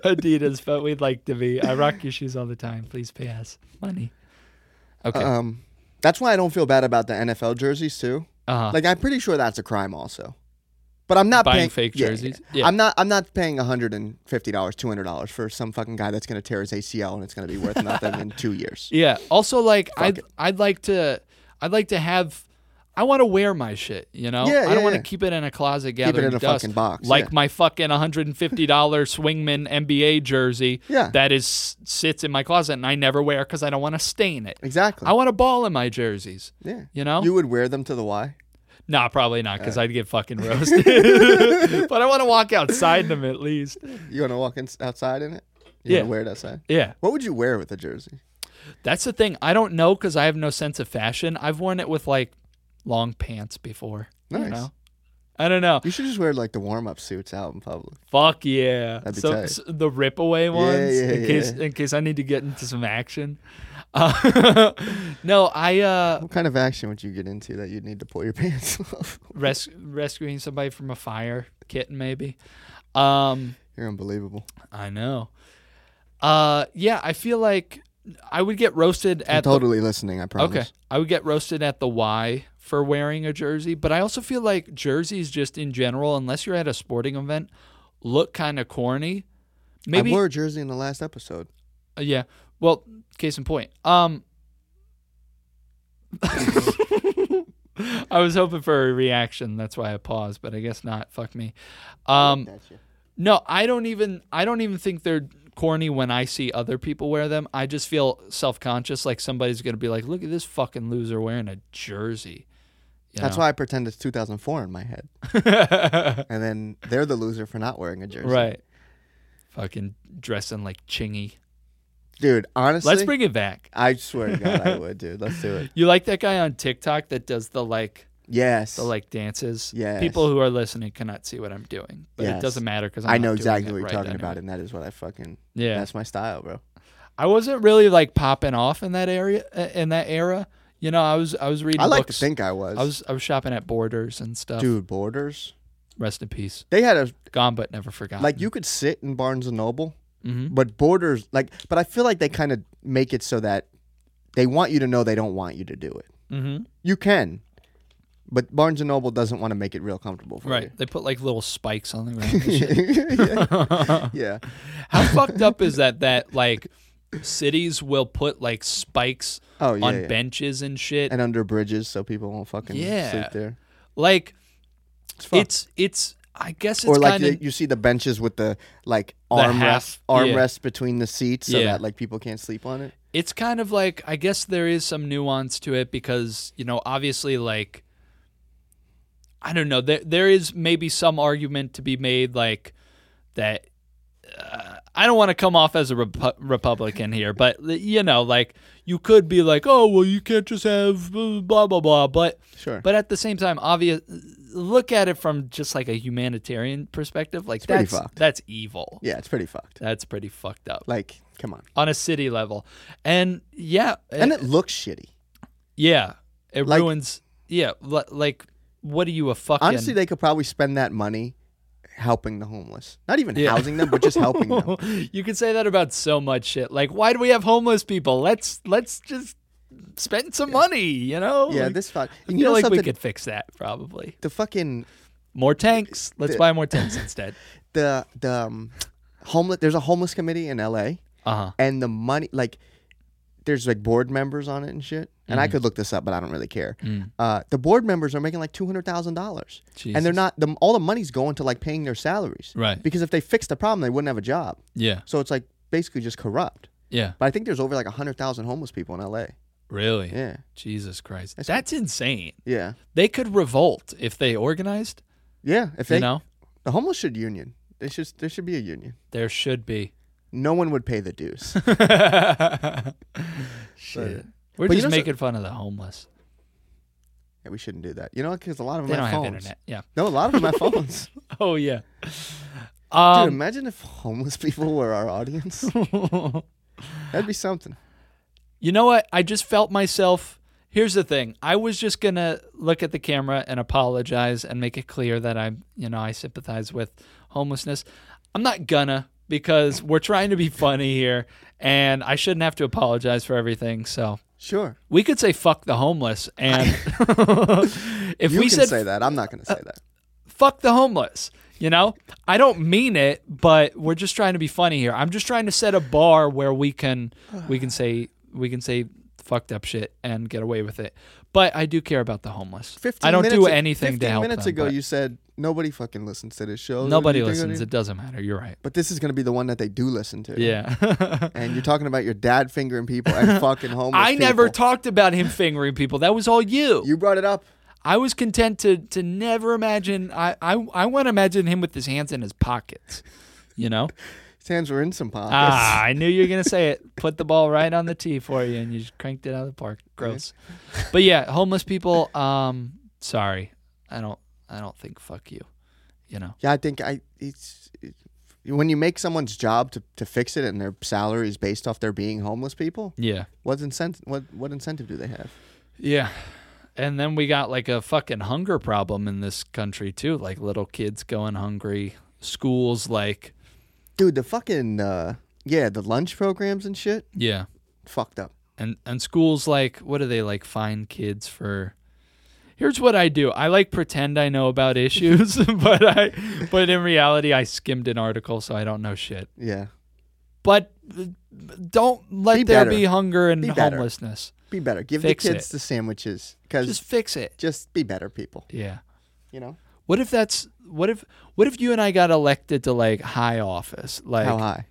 Adidas, but we'd like to be. I rock your shoes all the time. Please pay us money. Okay. uh Um, that's why I don't feel bad about the NFL jerseys too. Uh-huh. Like I'm pretty sure that's a crime also. But I'm not Buying paying, fake yeah, jerseys? yeah. Yeah. I'm not. I'm not paying 150 dollars, 200 dollars for some fucking guy that's going to tear his ACL and it's going to be worth nothing in two years. yeah. Also, like, I'd it. I'd like to I'd like to have. I want to wear my shit, you know. Yeah, I don't yeah, want yeah. to keep it in a closet gathering in a dust, fucking box, like yeah. my fucking 150 dollar swingman NBA jersey. Yeah. that is sits in my closet and I never wear because I don't want to stain it. Exactly. I want a ball in my jerseys. yeah. you know? You would wear them to the Y. Nah, probably not, because I'd get fucking roasted. but I want to walk outside in them at least. You want to walk in, outside in it? You Yeah. want to wear it outside? Yeah, What would you wear with a jersey? that's the thing. I don't know because I have no sense of fashion. I've worn it with like long pants before. you Nice. know? I don't know. You should just wear like the warm up suits out in public. Fuck yeah! That'd be so, tight. s- the rip away ones, yeah, in case yeah. in case I need to get into some action. Uh, no, I uh, What kind of action would you get into that you'd need to pull your pants off? res- rescuing somebody from a fire, kitten maybe. Um, You're unbelievable. I know. Uh, yeah, I feel like I would get roasted I'm at the totally listening. I promise. Okay. I would get roasted at the Y for wearing a jersey, but I also feel like jerseys just in general, unless you're at a sporting event, look kind of corny. Maybe I wore a jersey in the last episode. uh, yeah. Well, case in point. Um I was hoping for a reaction, that's why I paused, but I guess not. Fuck me. Um no, I don't even I don't even think they're corny when I see other people wear them. I just feel self-conscious like somebody's going to be like, "Look at this fucking loser wearing a jersey." You That's know? why I pretend it's 2004 in my head, and then they're the loser for not wearing a jersey. right. Fucking dressing like Chingy. dude. Honestly, Let's bring it back. I swear to God, I would, dude. Let's do it. You like that guy on TikTok that does the like Yes, the like dances? Yes. People who are listening cannot see what I'm doing, but Yes. it doesn't matter because I know exactly what you're talking about, and that is what I fucking. Yeah. that's my style, bro. I wasn't really like popping off in that area uh, in that era. You know, I was I was reading I like books. to think I was. I was I was shopping at Borders and stuff. dude. Borders. Rest in peace. They had a Gone but never forgotten. like you could sit in Barnes and Noble, Mhm. but Borders like. But I feel like they kind of make it so that they want you to know they don't want you to do it. Mhm. You can, but Barnes and Noble doesn't want to make it real comfortable for right? you. They put like little spikes on the ground. yeah. yeah. How fucked up is that? That like cities will put like spikes Oh yeah. on yeah. benches and shit. and under bridges so people won't fucking Yeah. sleep there. like fucked. it's it's. I guess it's or like kind of the, you see the benches with the like arm rest half- arm yeah. rests between the seats so Yeah. that like people can't sleep on it. it's kind of like I guess there is some nuance to it because you know obviously like I don't know there there is maybe some argument to be made like that uh, I don't want to come off as a Repu- Republican here but you know like you could be like oh well you can't just have blah blah blah, blah but Sure. but at the same time obvious look at it from just like a humanitarian perspective like pretty that's fucked. that's evil yeah, it's pretty fucked. that's pretty fucked up Like, come on. on a city level and yeah And it looks shitty. yeah, it Like- ruins. Yeah, li- like what are you a fucking? Honestly, they could probably spend that money helping the homeless. Not even Yeah. housing them, but just helping them. you can say that about so much shit. Like, why do we have homeless people? Let's let's just spend some money. You know? Yeah, Like, this fuck. I You feel know like something? we could fix that probably. The fucking More tanks. Let's The- buy more tanks instead. the the um, homeless. There's a homeless committee in L.A. Uh huh. and the money like there's like board members on it and shit and Mm. i could look this up but i don't really care uh, the board members are making like $200000 and they're Jesus. not the, all the money's going to like paying their salaries Right. because if they fixed the problem they wouldn't have a job Yeah. so it's like basically just corrupt Yeah. but i think there's over like 100000 homeless people in la Really. yeah Jesus Christ. That's insane. yeah They could revolt if they organized. yeah if they you know, the homeless should union they should there should be a union there should be. no one would pay the dues Shit. We're But you just know so- making fun of the homeless. yeah, we shouldn't do that you know because a lot of them They don't have have phones internet. Yeah. no a lot of them have phones Oh yeah. Dude, Um, imagine if homeless people were our audience. That'd be something. You know what? I just felt myself. Here's the thing. I was just going to look at the camera and apologize and make it clear that I'm, you know, I sympathize with homelessness. I'm not gonna because we're trying to be funny here and I shouldn't have to apologize for everything. So Sure. we could say fuck the homeless and if You we can said uh, say that. I'm not going to say that. fuck the homeless. You know, I don't mean it, but we're just trying to be funny here. I'm just trying to set a bar where we can we can say we can say fucked up shit and get away with it. But I do care about the homeless. 15 I don't minutes do a- anything to 15 help minutes them, ago, but you said nobody fucking listens to this show. nobody You think- listens. It doesn't matter. You're right. But this is going to be the one that they do listen to. Yeah. And you're talking about your dad fingering people and fucking homeless. I never people. talked about him fingering people. That was all you. You brought it up. I was content to to never imagine. I I, I want to imagine him with his hands in his pockets. You know. His hands were in some pockets. Ah, I knew you were gonna say it. Put the ball right on the tee for you, and you just cranked it out of the park. Gross. But yeah, homeless people. Um, sorry, I don't. I don't think fuck you. You know. Yeah, I think I it's it, when you make someone's job to, to fix it and their salary is based off their being homeless people. Yeah. What incentive? What what incentive do they have? Yeah. And then we got like a fucking hunger problem in this country too. Like little kids going hungry. Schools like Dude, the fucking uh, yeah, the lunch programs and shit yeah. fucked up. and and schools like what do they like fine kids for here's what i do i like pretend i know about issues but i but in reality i skimmed an article so i don't know shit Yeah, but uh, don't let Be there better. be hunger and Be better. homelessness be better. Give Fix the kids it. the sandwiches because just just, fix it be better people. yeah You know what if that's what if what if you and i got elected to like high office like how high?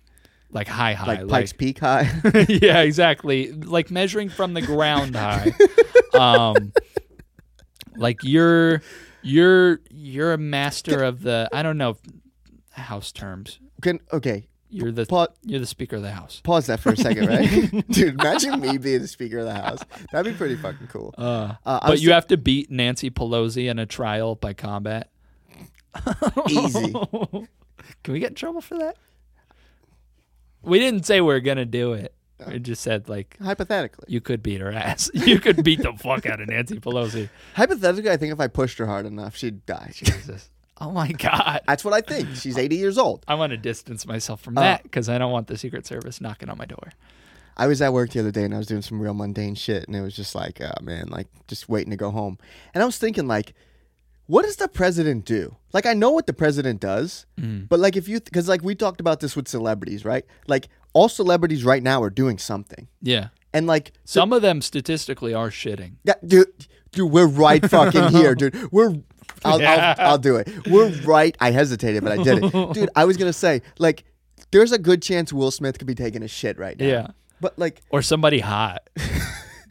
like high high Like Pikes Peak high. yeah, exactly. Like measuring from the ground high. um, like you're you're you're a master of the I don't know house terms. Can, okay, You're the Pa- you're the speaker of the house. pause that for a second, right? Dude, imagine me being the speaker of the house. That'd be pretty fucking cool. Uh, Uh, I but was you have to beat Nancy Pelosi in a trial by combat. Easy. Can we get in trouble for that? We didn't say we are gonna do it. We just said like Hypothetically, you could beat her ass. You could beat the fuck out of Nancy Pelosi. hypothetically, I think if I pushed her hard enough, she'd die. Jesus. Oh my God. That's what I think. She's 80 years old. I want to distance myself from that because I don't want the Secret Service knocking on my door. I was at work the other day and I was doing some real mundane shit, and it was just like, uh, man, like just waiting to go home. And I was thinking, like, what does the president do? Like, I know what the president does, but like, if you, because like we talked about this with celebrities, right? Like, all celebrities right now are doing something, Yeah. and like, Some of them statistically are shitting. yeah, dude, dude, we're right fucking here, dude. We're, I'll, Yeah. I'll, I'll do it. We're right. I hesitated, but I did it, dude. I was gonna say, like, there's a good chance Will Smith could be taking a shit right now. Yeah. but like. Or somebody hot.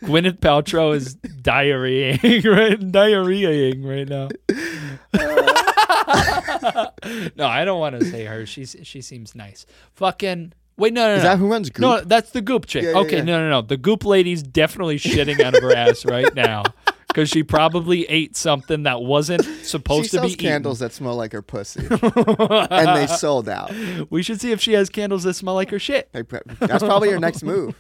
Gwyneth Paltrow is diarrheaing right, diarrheaing right now. no, I don't want to say her. She's she seems nice. Fucking wait, no, no, Is no. that who runs Goop? No, that's the Goop chick. Yeah, yeah, okay, yeah. no, no, no. The Goop lady's definitely shitting out of her ass right now because she probably ate something that wasn't supposed she to be sells eaten. candles that smell like her pussy, and they sold out. We should see if she has candles that smell like her shit. They pre- that's probably her next move.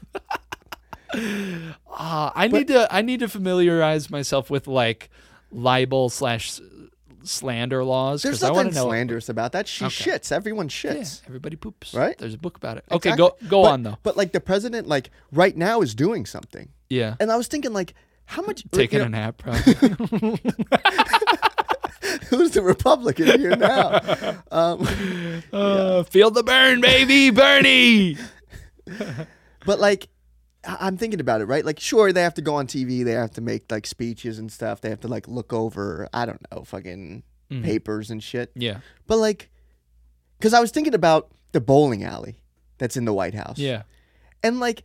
Uh, I need to I need to familiarize myself with like libel slash slander laws There's because I want nothing to know. slanderous about that. She shits. Everyone Yeah, shits. everybody poops. Right? There's a book about it. Okay, Exactly. go go But- on though. But like the president, like right now, is doing something, Yeah. and I was thinking, like, how much? Taking you a know, nap, probably. who's the Republican here now? um, Uh, Feel the burn, baby, Bernie. But like, I- I'm thinking about it, right? Like, sure, they have to go on TV, they have to make like speeches and stuff, they have to like look over, I don't know, fucking papers and shit. Mm-hmm. Yeah, But like, because I was thinking about the bowling alley that's in the White House. yeah. And like,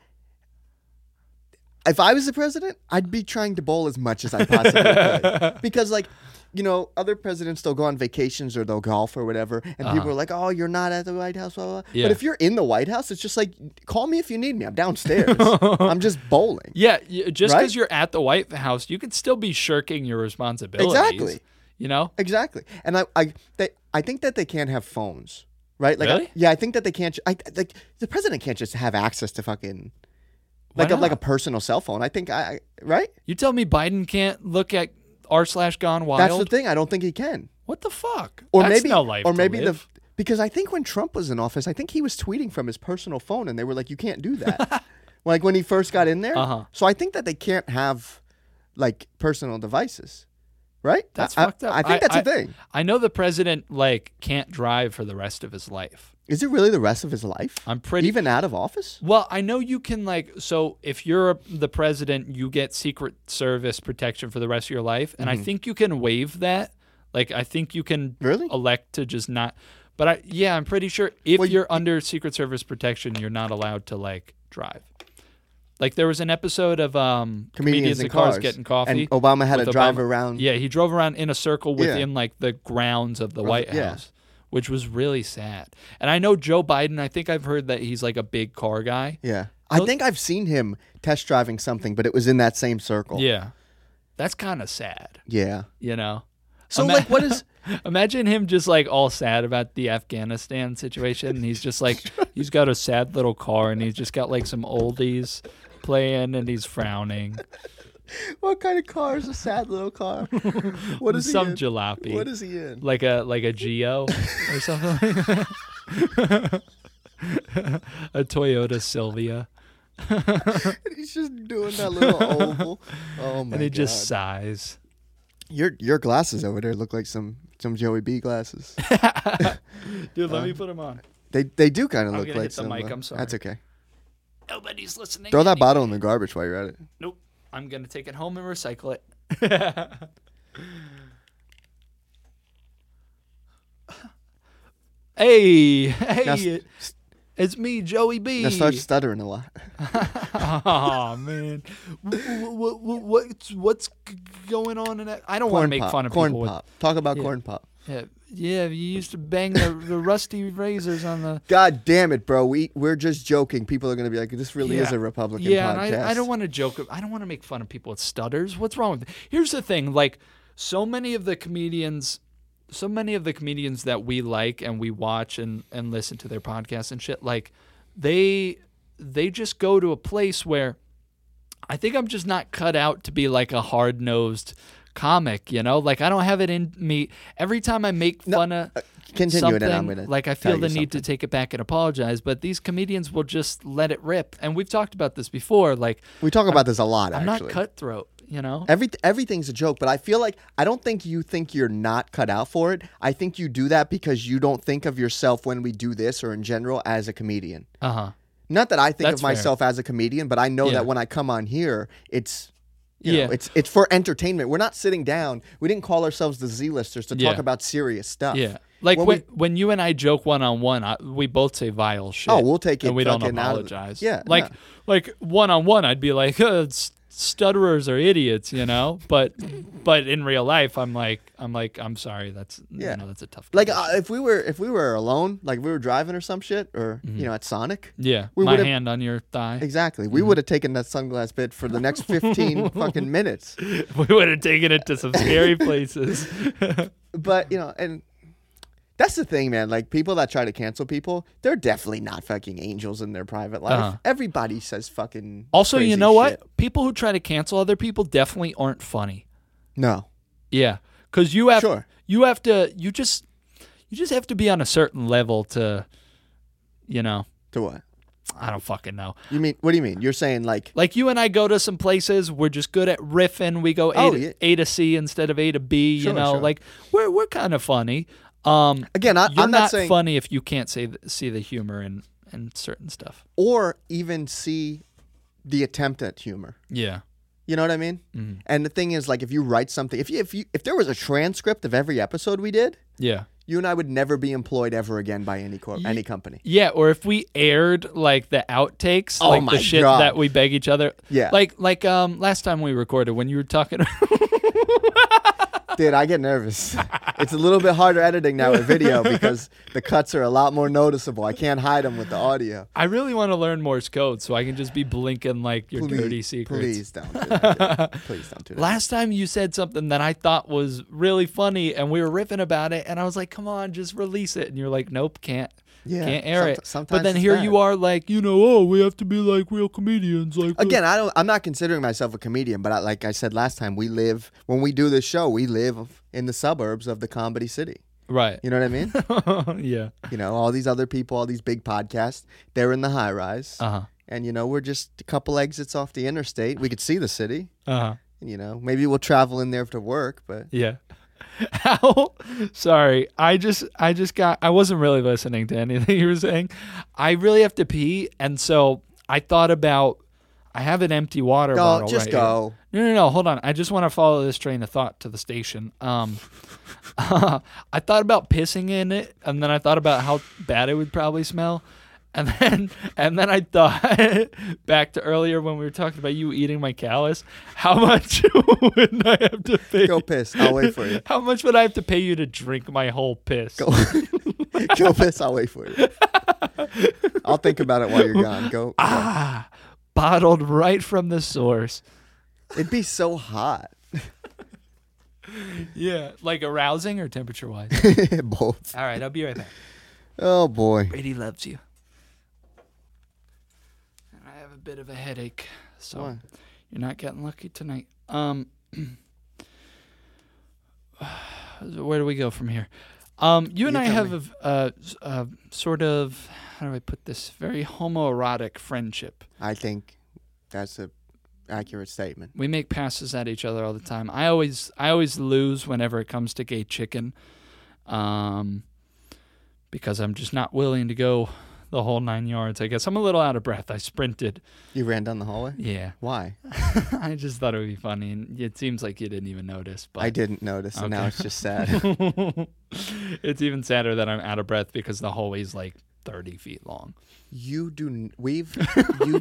if I was the president, I'd be trying to bowl as much as I possibly could. Because like, you know, other presidents they'll go on vacations or they'll golf or whatever, and people are like, "Oh, you're not at the White House." Blah, blah. blah. Uh-huh. Yeah. But if you're in the White House, it's just like, call me if you need me. I'm downstairs. I'm just bowling. Yeah, y- just because Right? you're at the White House, you could still be shirking your responsibilities. Exactly. You know? Exactly. And I, I, they, I think that they can't have phones, right? Like, I- Really? yeah, I think that they can't. ju- I like the president can't just have access to fucking like a, not? like a personal cell phone. I think I right. You tell me Biden can't look at r slash gone wild. That's the thing. I don't think he can. What the fuck? Or That's maybe no life. or to maybe live. the because I think when Trump was in office, I think he was tweeting from his personal phone, and they were like, "You can't do that." like when he first got in there. Uh-huh. So I think that they can't have like personal devices, right? That's I, I- fucked up. I, think that's a a thing. I know the president like can't drive for the rest of his life. Is it really the rest of his life? I'm pretty even out of office. Well, I know you can like so if you're a, the president, you get secret service protection for the rest of your life and Mm-hmm. I think you can waive that. Like I think you can Really? elect to just not But I yeah, I'm pretty sure if Well, you- you're under secret service protection, you're not allowed to like drive. Like there was an episode of um Comedians, in and cars, getting coffee. And Obama had with to drive around. Yeah, he drove around in a circle within like the grounds of the White yeah. House, which was really sad. And I know Joe Biden. I think I've heard that he's like a big car guy. Yeah. I think I've seen him test driving something, but it was in that same circle. Yeah, that's kind of sad. Yeah. You know. So Ima- like what is Imagine him just like all sad about the Afghanistan situation. And he's just like, he's got a sad little car and he's just got like some oldies playing and he's frowning. what kind of car is a sad little car? What is some he in? jalopy. What is he in? like a like a Geo or something. like that. a Toyota Sylvia, He's just doing that little oval. Oh my and he god. just sighs. Your your glasses over there look like some some Joey B glasses. Dude, let me put him on. they they do kind of look gonna like hit the some. mic, uh, I'm sorry. That's okay. Nobody's listening. Throw that bottle in the garbage while you're at it. Nope. I'm gonna take it home and recycle it. hey, hey, Now, s- s- it's me, Joey B. now start stuttering a lot. oh man, what, what's what's g- going on in that? I don't want to Corn make pop. fun of corn people. with- pop. Talk about corn pop. yeah, yeah, you used to bang the, the rusty razors on the. God damn it, bro. We we're just joking. People are gonna be like, this really is Yeah. a Republican yeah, podcast. and I, I don't want to joke. I don't want to make fun of people with stutters. What's wrong with? Here's the thing: like, so many of the comedians, so many of the comedians that we like and we watch and and listen to their podcasts and shit, like, they they just go to a place where I think I'm just not cut out to be like a hard nosed comic. You know, like I don't have it in me. Every time I make fun of uh, Continue it, something and I'm gonna like I tell feel you the need to take it back and apologize, but these comedians will just let it rip. And we've talked about this before. Like We talk about this a lot. I'm actually. not cutthroat, you know. Every everything's a joke, but I feel like I don't think you think you're not cut out for it. I think you do that because you don't think of yourself when we do this or in general as a comedian. Uh huh. Not that I think That's of fair. myself as a comedian, but I know Yeah. that when I come on here, it's you Yeah. know, it's it's for entertainment. We're not sitting down. We didn't call ourselves the Z-listers to talk Yeah. about serious stuff. Yeah. Like When when uh, we- when, you and I joke one on one, we both say vile shit. Oh, we'll take it and we don't fucking out of the- apologize. Yeah, Like no. like one on one, I'd be like, uh, s- stutterers are idiots, you know. But but in real life, I'm like I'm like I'm sorry. That's Yeah. you know, that's a tough. Like condition. uh, if we were if we were alone, like we were driving or some shit, or Mm-hmm. you know at Sonic. yeah, we my would've- hand on your thigh. Exactly. Mm-hmm. We would have taken that sunglass bit for the next 15 fucking minutes. we would have taken it to some scary places. But, you know, and that's the thing, man. Like, people that try to cancel people, they're definitely not fucking angels in their private life. Uh-huh. Everybody says fucking. Also, you crazy know shit. what? People who try to cancel other people definitely aren't funny. No. Yeah, because you have Sure. you have to you just you just have to be on a certain level to, you know, To what? I don't fucking know. You mean, what do you mean? You're saying, like, Like you and I go to some places, we're just good at riffing. We go A, Oh, to, yeah. a to C instead of A to B. Sure, you know, sure. like we're we're kind of funny. Um, again, I, you're I'm not, saying. funny if you can't say th- see the humor in in certain stuff. Or even see the attempt at humor. Yeah. You know what I mean? Mm-hmm. And the thing is, like, if you write something, if you, if you, if there was a transcript of every episode we did, Yeah. you and I would never be employed ever again by any corp, any company. Yeah, or if we aired like the outtakes, like Oh my the shit God. that we beg each other. Yeah. Like like um last time we recorded when you were talking Dude, I get nervous. It's a little bit harder editing now with video because the cuts are a lot more noticeable. I can't hide them with the audio. I really want to learn Morse code so I can just be blinking like your Please, dirty secrets. please don't. Do that, dude. please don't do that. Last time you said something that I thought was really funny and we were riffing about it and I was like, "Come on, just release it." And you're like, "Nope, can't." Yeah, Can't air somet- it. sometimes but then it's here bad. you are, like you know, oh, we have to be like real comedians. Like uh, Again, I don't. I'm not considering myself a comedian, but I, like I said last time, we live when we do this show, we live in the suburbs of the comedy city. right? You know what I mean? yeah. you know, all these other people, all these big podcasts, they're in the high rise, Uh huh. and you know, we're just a couple exits off the interstate. We could see the city. Uh huh. and, You know, maybe we'll travel in there to work, but Yeah. How? Sorry, I just I just got I wasn't really listening to anything you were saying. I really have to pee, and so I thought about I have an empty water no, bottle. just right go. Here. No, no, no. Hold on. I just want to follow this train of thought to the station. Um, I thought about pissing in it, and then I thought about how bad it would probably smell. And then, and then I thought back to earlier when we were talking about you eating my callus. How much would I have to pay? Go piss. I'll wait for you. How much would I have to pay you to drink my whole piss? Go, go piss. I'll wait for you. I'll think about it while you're gone. Go. Ah, bottled right from the source. It'd be so hot. Yeah, like arousing or temperature wise. Both. All right, I'll be right back. Oh boy. Brady loves you. And I have a bit of a headache, so Why? you're not getting lucky tonight. Um, where do we go from here? Um, you and You I tell have me. a, v- uh, s- uh, sort of how do I put this? Very homoerotic friendship. I think that's a accurate statement. We make passes at each other all the time. I always I always lose whenever it comes to gay chicken. Um because I'm just not willing to go the whole 9 yards. I guess I'm a little out of breath. I sprinted. You ran down the hallway. Yeah. Why? I just thought it would be funny and it seems like you didn't even notice, but I didn't notice, and now Okay. it's just sad. it's even sadder that I'm out of breath because the hallway's like 30 feet long. you do. n- We've. You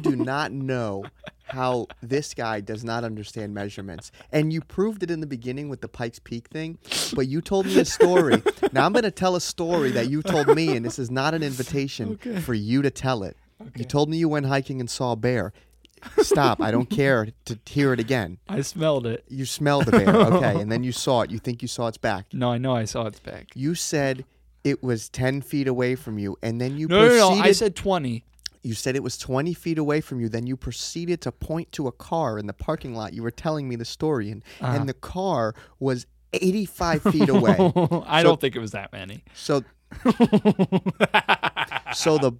do not know how this guy does not understand measurements, and you proved it in the beginning with the Pikes Peak thing. But you told me a story. now I'm going to tell a story that you told me, and this is not an invitation for you to tell it. You told me you went hiking and saw a bear. Stop. I don't care to hear it again. I smelled it. You smelled the bear, okay, and then you saw it. You think you saw its back. No, I know I saw its back. You said it was ten feet away from you, and then you No, no, proceeded. no, I said 20. you said it was twenty feet away from you. Then you proceeded to point to a car in the parking lot. You were telling me the story, and and the car was eighty-five feet away. I So- don't think it was that many. So, so the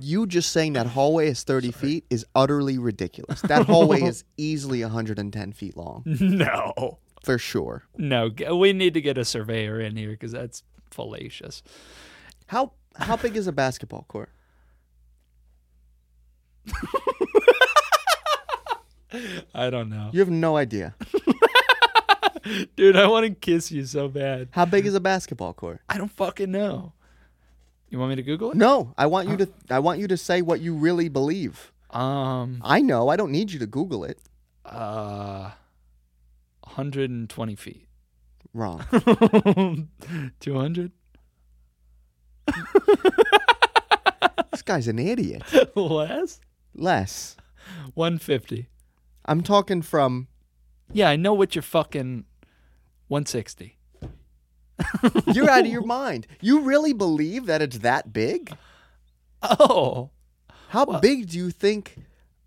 you just saying that hallway is thirty feet is utterly ridiculous. That hallway is easily one hundred and ten feet long No. for sure. No, g- we need to get a surveyor in here because that's fallacious. How how big is a basketball court? I don't know. You have no idea. Dude, I want to kiss you so bad. How big is a basketball court? I don't fucking know. You want me to Google it? No, I want you to I want you to say what you really believe. Um, I know, I don't need you to google it. uh, 120 feet. Wrong. 200? this guy's an idiot. Less? Less. 150. I'm talking from Yeah, I know what you're fucking 160. you're out of your mind. You really believe that it's that big? Oh. How big do you think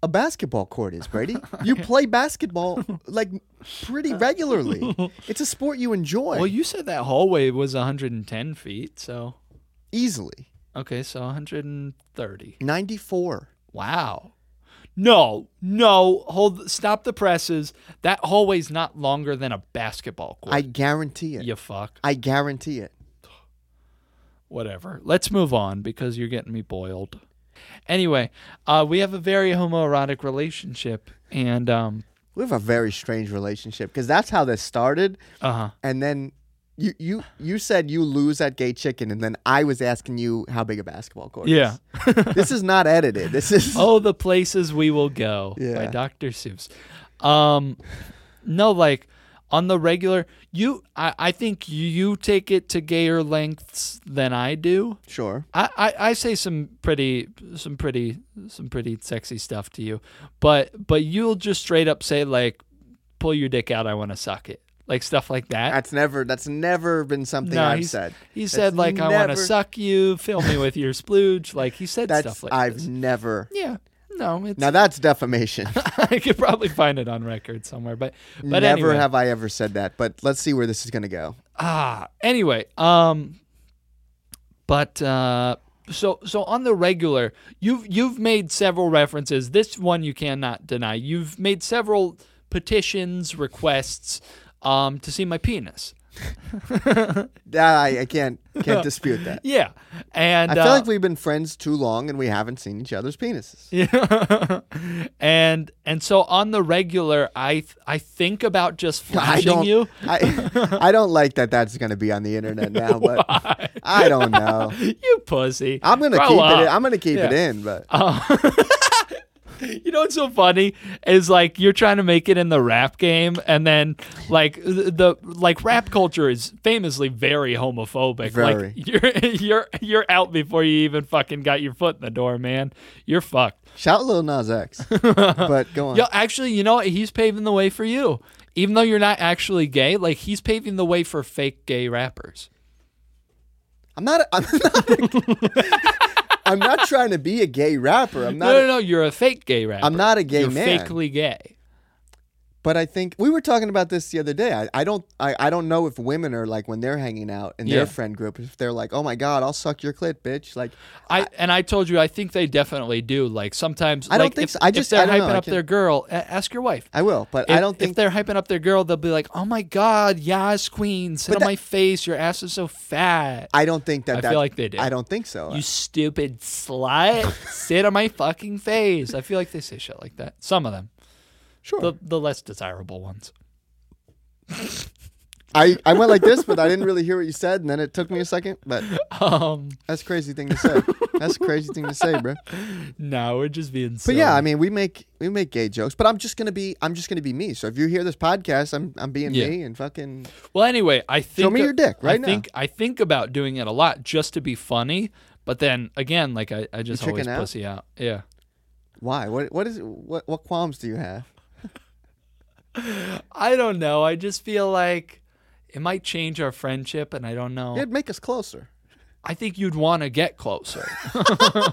a basketball court is, Brady? You play basketball like pretty regularly. It's a sport you enjoy Well, you said that hallway was 110 feet, so. easily. Okay, so 130. 94. Wow. No, no, hold, stop the presses. That hallway's not longer than a basketball court. I guarantee it. you fuck. I guarantee it. Whatever. Let's move on because you're getting me boiled. Anyway, uh, we have a very homoerotic relationship, and um, We have a very strange relationship because that's how this started. uh huh. and then you you you said you lose at gay chicken and then i was asking you how big a basketball court Yeah. is. this is not edited this is oh, the places we will go by Yeah. Dr. Seuss. Um, no, like on the regular, you. I, I think you take it to gayer lengths than I do. sure I, I, I say some pretty some pretty some pretty sexy stuff to you, but but you'll just straight up say like, pull your dick out, I want to suck it. like stuff like that. That's never that's never been something I've he's- said. He That's said like I want to never- suck you, fill me with your splooge. Like he said That's stuff like I've this. never. Yeah. No, it's Now that's defamation. I could probably find it on record somewhere, but but never anyway. have I ever said that. But let's see where this is going to go. ah anyway, um but uh so so on the regular, you've you've made several references. This one you cannot deny. You've made several petitions, requests um to see my penis. That I, I can't can't dispute that. Yeah. And I feel uh, like we've been friends too long and we haven't seen each other's penises. Yeah. uh, and and so on the regular, I th- I think about just I flashing don't. you. I, I don't like that. That's going to be on the internet now. But I don't know. you pussy. I'm going to Grow keep up. it. I'm going to keep it Yeah. Uh, in. But You know what's so funny is like you're trying to make it in the rap game, and then like the, the like rap culture is famously very homophobic. Very. Like you're you're you're out before you even fucking got your foot in the door, man. You're fucked. shout Lil Nas X. But go on. Yo, actually, you know what? He's paving the way for you. Even though you're not actually gay, like he's paving the way for fake gay rappers. I'm not. A, I'm not. A, I'm not trying to be a gay rapper. I'm not. No, no, no. You're a fake gay rapper. I'm not a gay you're man. Fakely gay. But I think we were talking about this the other day. I, I don't. I, I don't know if women are like when they're hanging out in Yeah. their friend group. If they're like, oh my god, I'll suck your clit, bitch. Like, I and I told you I think they definitely do. Like sometimes I don't like, think if, so. I if just- they're I don't hyping know. I up can't- their girl. A- ask your wife. I will. But If- I don't if think. they're hyping up their girl, they'll be like, "Oh my god, yes, queen, sit on that- my face. Your ass is so fat. I don't think that. I that, feel like they do. I don't think so. you stupid slut, sit on my fucking face." I feel like they say shit like that. Some of them, sure. the the less desirable ones. I, I went like this, but I didn't really hear what you said, and then it took me a second. But Um, that's a crazy thing to say. That's a crazy thing to say, bro. no, we're just being. But Silly. yeah, I mean, we make we make gay jokes, but I'm just gonna be I'm just gonna be me. So if you hear this podcast, I'm I'm being Yeah. me and fucking Well, anyway, I think me your dick right I now. think I think about doing it a lot just to be funny, but then again, like I, I just You always chicken out? pussy out. Yeah, why? What what is what what qualms do you have? I don't know. I just feel like it might change our friendship, and I don't know. It'd make us closer. I think you'd want to get closer.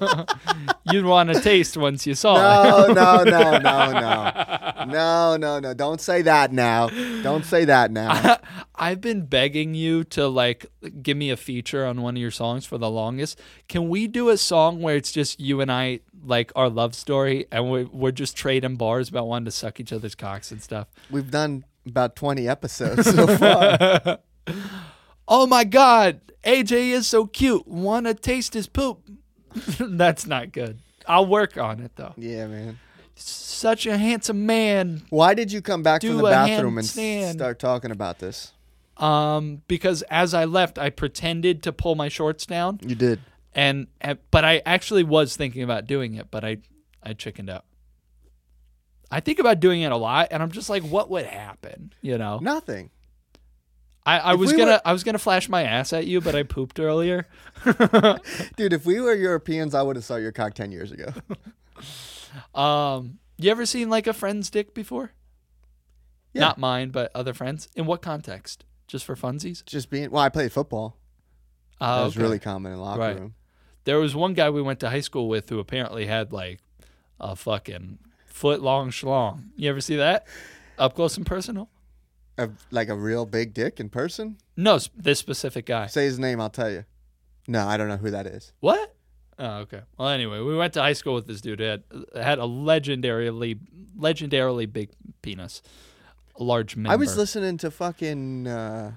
you'd want to taste once you saw it. No, Oh, no, no, no, no. No, no, no. Don't say that now. Don't say that now. I've been begging you to like give me a feature on one of your songs for the longest. Can we do a song where it's just you and I, like our love story, and we, we're just trading bars about wanting to suck each other's cocks and stuff? We've done about 20 episodes so far. Oh my God, AJ is so cute. Want to taste his poop? That's not good. I'll work on it though. Yeah, man. Such a handsome man. Why did you come back Do from the a bathroom and handstand. start talking about this? Um, because as I left, I pretended to pull my shorts down. You did. and and- but I actually was thinking about doing it, but I I chickened out. I think about doing it a lot, and I'm just like, what would happen? You know, Nothing. I, I if was we gonna were- I was gonna flash my ass at you, but I pooped earlier. Dude, if we were Europeans, I would have saw your cock 10 years ago. Um, you ever seen like a friend's dick before? Yeah. Not mine, but other friends. In what context? Just for funsies? Just being, well, I played football. Uh, That was really common in the locker Right. room. There was one guy we went to high school with who apparently had like a fucking foot long schlong. You ever see that up close and personal? A, like a real big dick in person? No, s- this specific guy. Say his name, I'll tell you. No, I don't know who that is. What? Oh, okay. Well, anyway, we went to high school with this dude. who Had uh, had a legendarily, legendarily big penis, a large member. I was listening to fucking. Uh,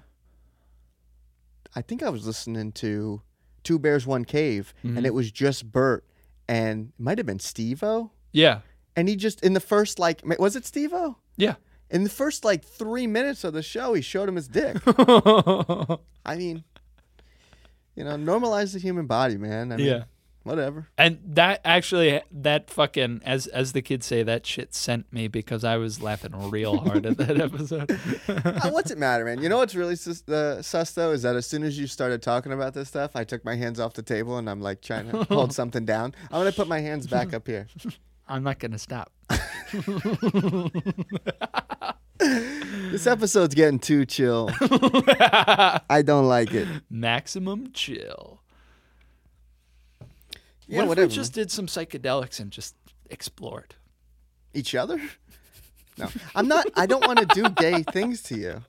I think I was listening to Two Bears One Cave, Mm-hmm. and it was just Bert, and it might have been Steve-O, Yeah, and he just in the first like ma- was it Steve-O? yeah. In the first like three minutes of the show, he showed him his dick. I mean, you know, normalize the human body, man. I mean, Yeah. whatever. and that actually, that fucking, as as the kids say, that shit sent me because I was laughing real hard at that episode. Uh, what's it matter, man? You know what's really sus, uh, sus though is that as soon as you started talking about this stuff, I took my hands off the table and I'm like trying to hold something down. I'm gonna put my hands back up here. I'm not gonna stop. This episode's getting too chill. I don't like it. Maximum chill. Yeah, what if whatever. we just did some psychedelics and just explored? each other? No, I'm not. I don't want to do gay things to you.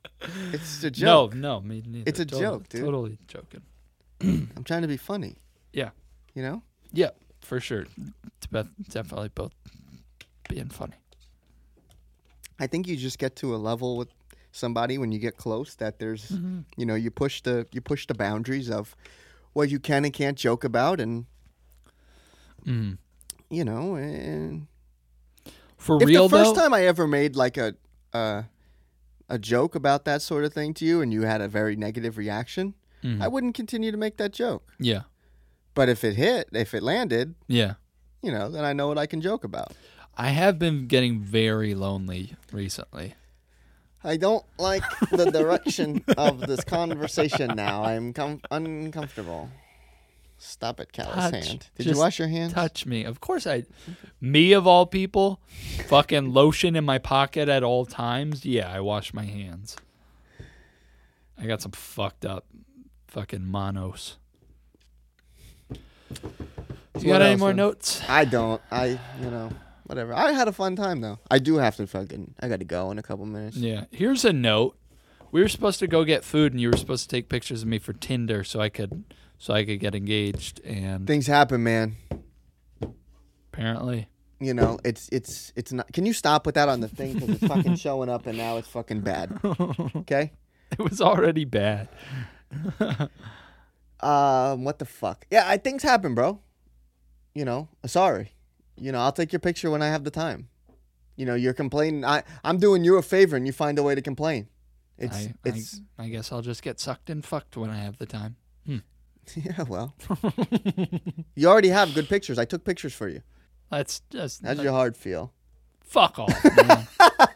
It's a joke. No, no, me neither. It's a Totally- joke, dude. Totally joking. I'm trying to be funny. Yeah, You know. yeah, for sure. Def- Definitely both being funny. I think you just get to a level with somebody when you get close that there's Mm-hmm. you know you push the you push the boundaries of what you can and can't joke about and Mm. you know and For if real the first though, time I ever made like a uh, a joke about that sort of thing to you and you had a very negative reaction Mm-hmm. I wouldn't continue to make that joke yeah, but if it hit if it landed yeah. you know then I know what I can joke about I have been getting very lonely recently. I don't like the direction of this conversation now. I'm com- uncomfortable. Stop it, callous Touch. hand. Did you Just wash your hands? Touch me, of course. I, me of all people, fucking lotion in my pocket at all times. Yeah, I wash my hands. I got some fucked up, fucking monos. You What got any else, more man? notes? I don't. I, you know, whatever. I had a fun time though. I do have to fucking. I got to go in a couple minutes. Yeah. Here's a note. We were supposed to go get food, and you were supposed to take pictures of me for Tinder, so I could, so I could get engaged. And Things happen, man. apparently, You know, it's it's it's not. Can you stop with that on the thing? Because it's fucking showing up, and now it's fucking bad. Okay. it was already bad. Um, what the fuck? Yeah, I things happen, bro. You know, sorry. You know, I'll take your picture when I have the time. You know, you're complaining. I I'm doing you a favor, and you find a way to complain. It's I, I, it's I guess I'll just get sucked and fucked when I have the time. yeah. Well, you already have good pictures. I took pictures for you. That's just How's your heart feel? fuck off. man.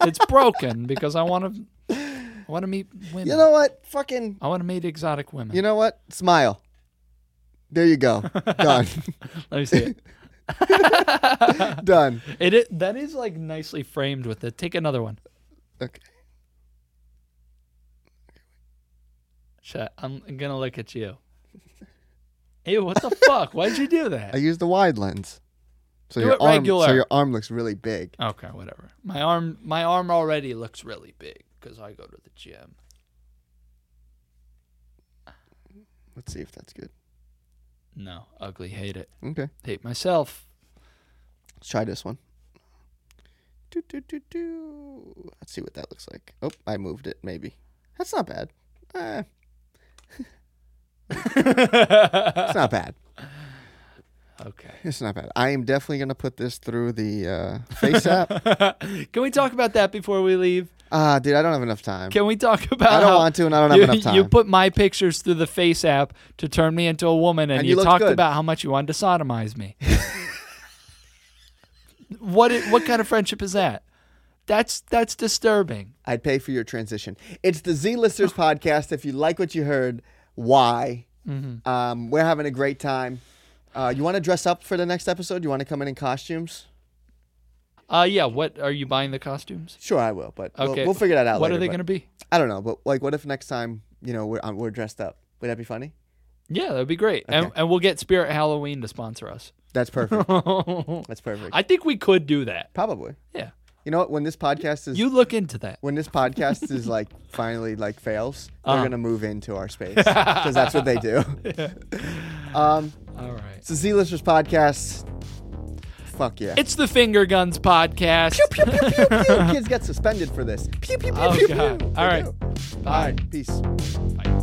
it's broken because I want to, I want to meet women. You know what? Fucking. I want to meet exotic women. You know what? Smile. There you go. Done. Let me see it. Done. It, i- that is like nicely framed with it. Take another one. Okay. Shut. I'm gonna look at you. Hey, what the fuck? Why'd you do that? I used the wide lens. So Do your it arm. So regular. your arm looks really big. Okay, whatever. My arm, my arm already looks really big because I go to the gym. Let's see if that's good. No, ugly. Hate it. Okay. Hate myself. Let's try this one. Do, do, do, do. Let's see what that looks like. Oh, I moved it, maybe. That's not bad. Eh, it's not bad. okay. It's not bad. I am definitely going to put this through the uh, face app. Can we talk about that before we leave? Ah, dude, I don't have enough time. Can we talk about? I don't how want to, and I don't have you, enough time. You put my pictures through the Face app to turn me into a woman, and, And you you, looked talked good. about how much you wanted to sodomize me. what? i- What kind of friendship is that? That's that's disturbing. I'd pay for your transition. It's the Z Listers podcast. If you like what you heard, why? Mm-hmm. Um, we're having a great time. Uh, you want to dress up for the next episode? You want to come in in costumes? Uh, yeah. What are you buying the costumes? Sure, I will, but we'll- Okay, we'll, figure that out What later. are they but- going to be? I don't know, but like, what if next time you know we're um, we're dressed up? Would that be funny? Yeah, that'd be great. And, and we'll get Spirit Halloween to sponsor us. That's perfect. I That's perfect. think we could do that. Probably. Yeah. You know what? When this podcast is You look into that. when this podcast is like finally like fails, they're Uh-huh. gonna move into our space because that's what they do. um, All right. it's the Z Listers podcast. Fuck yeah! It's the Finger Guns podcast. pew, pew, pew, pew. Kids get suspended for this. Pew pew pew Oh, pew. God. pew. They All right. do. All Bye. right. Peace. Bye.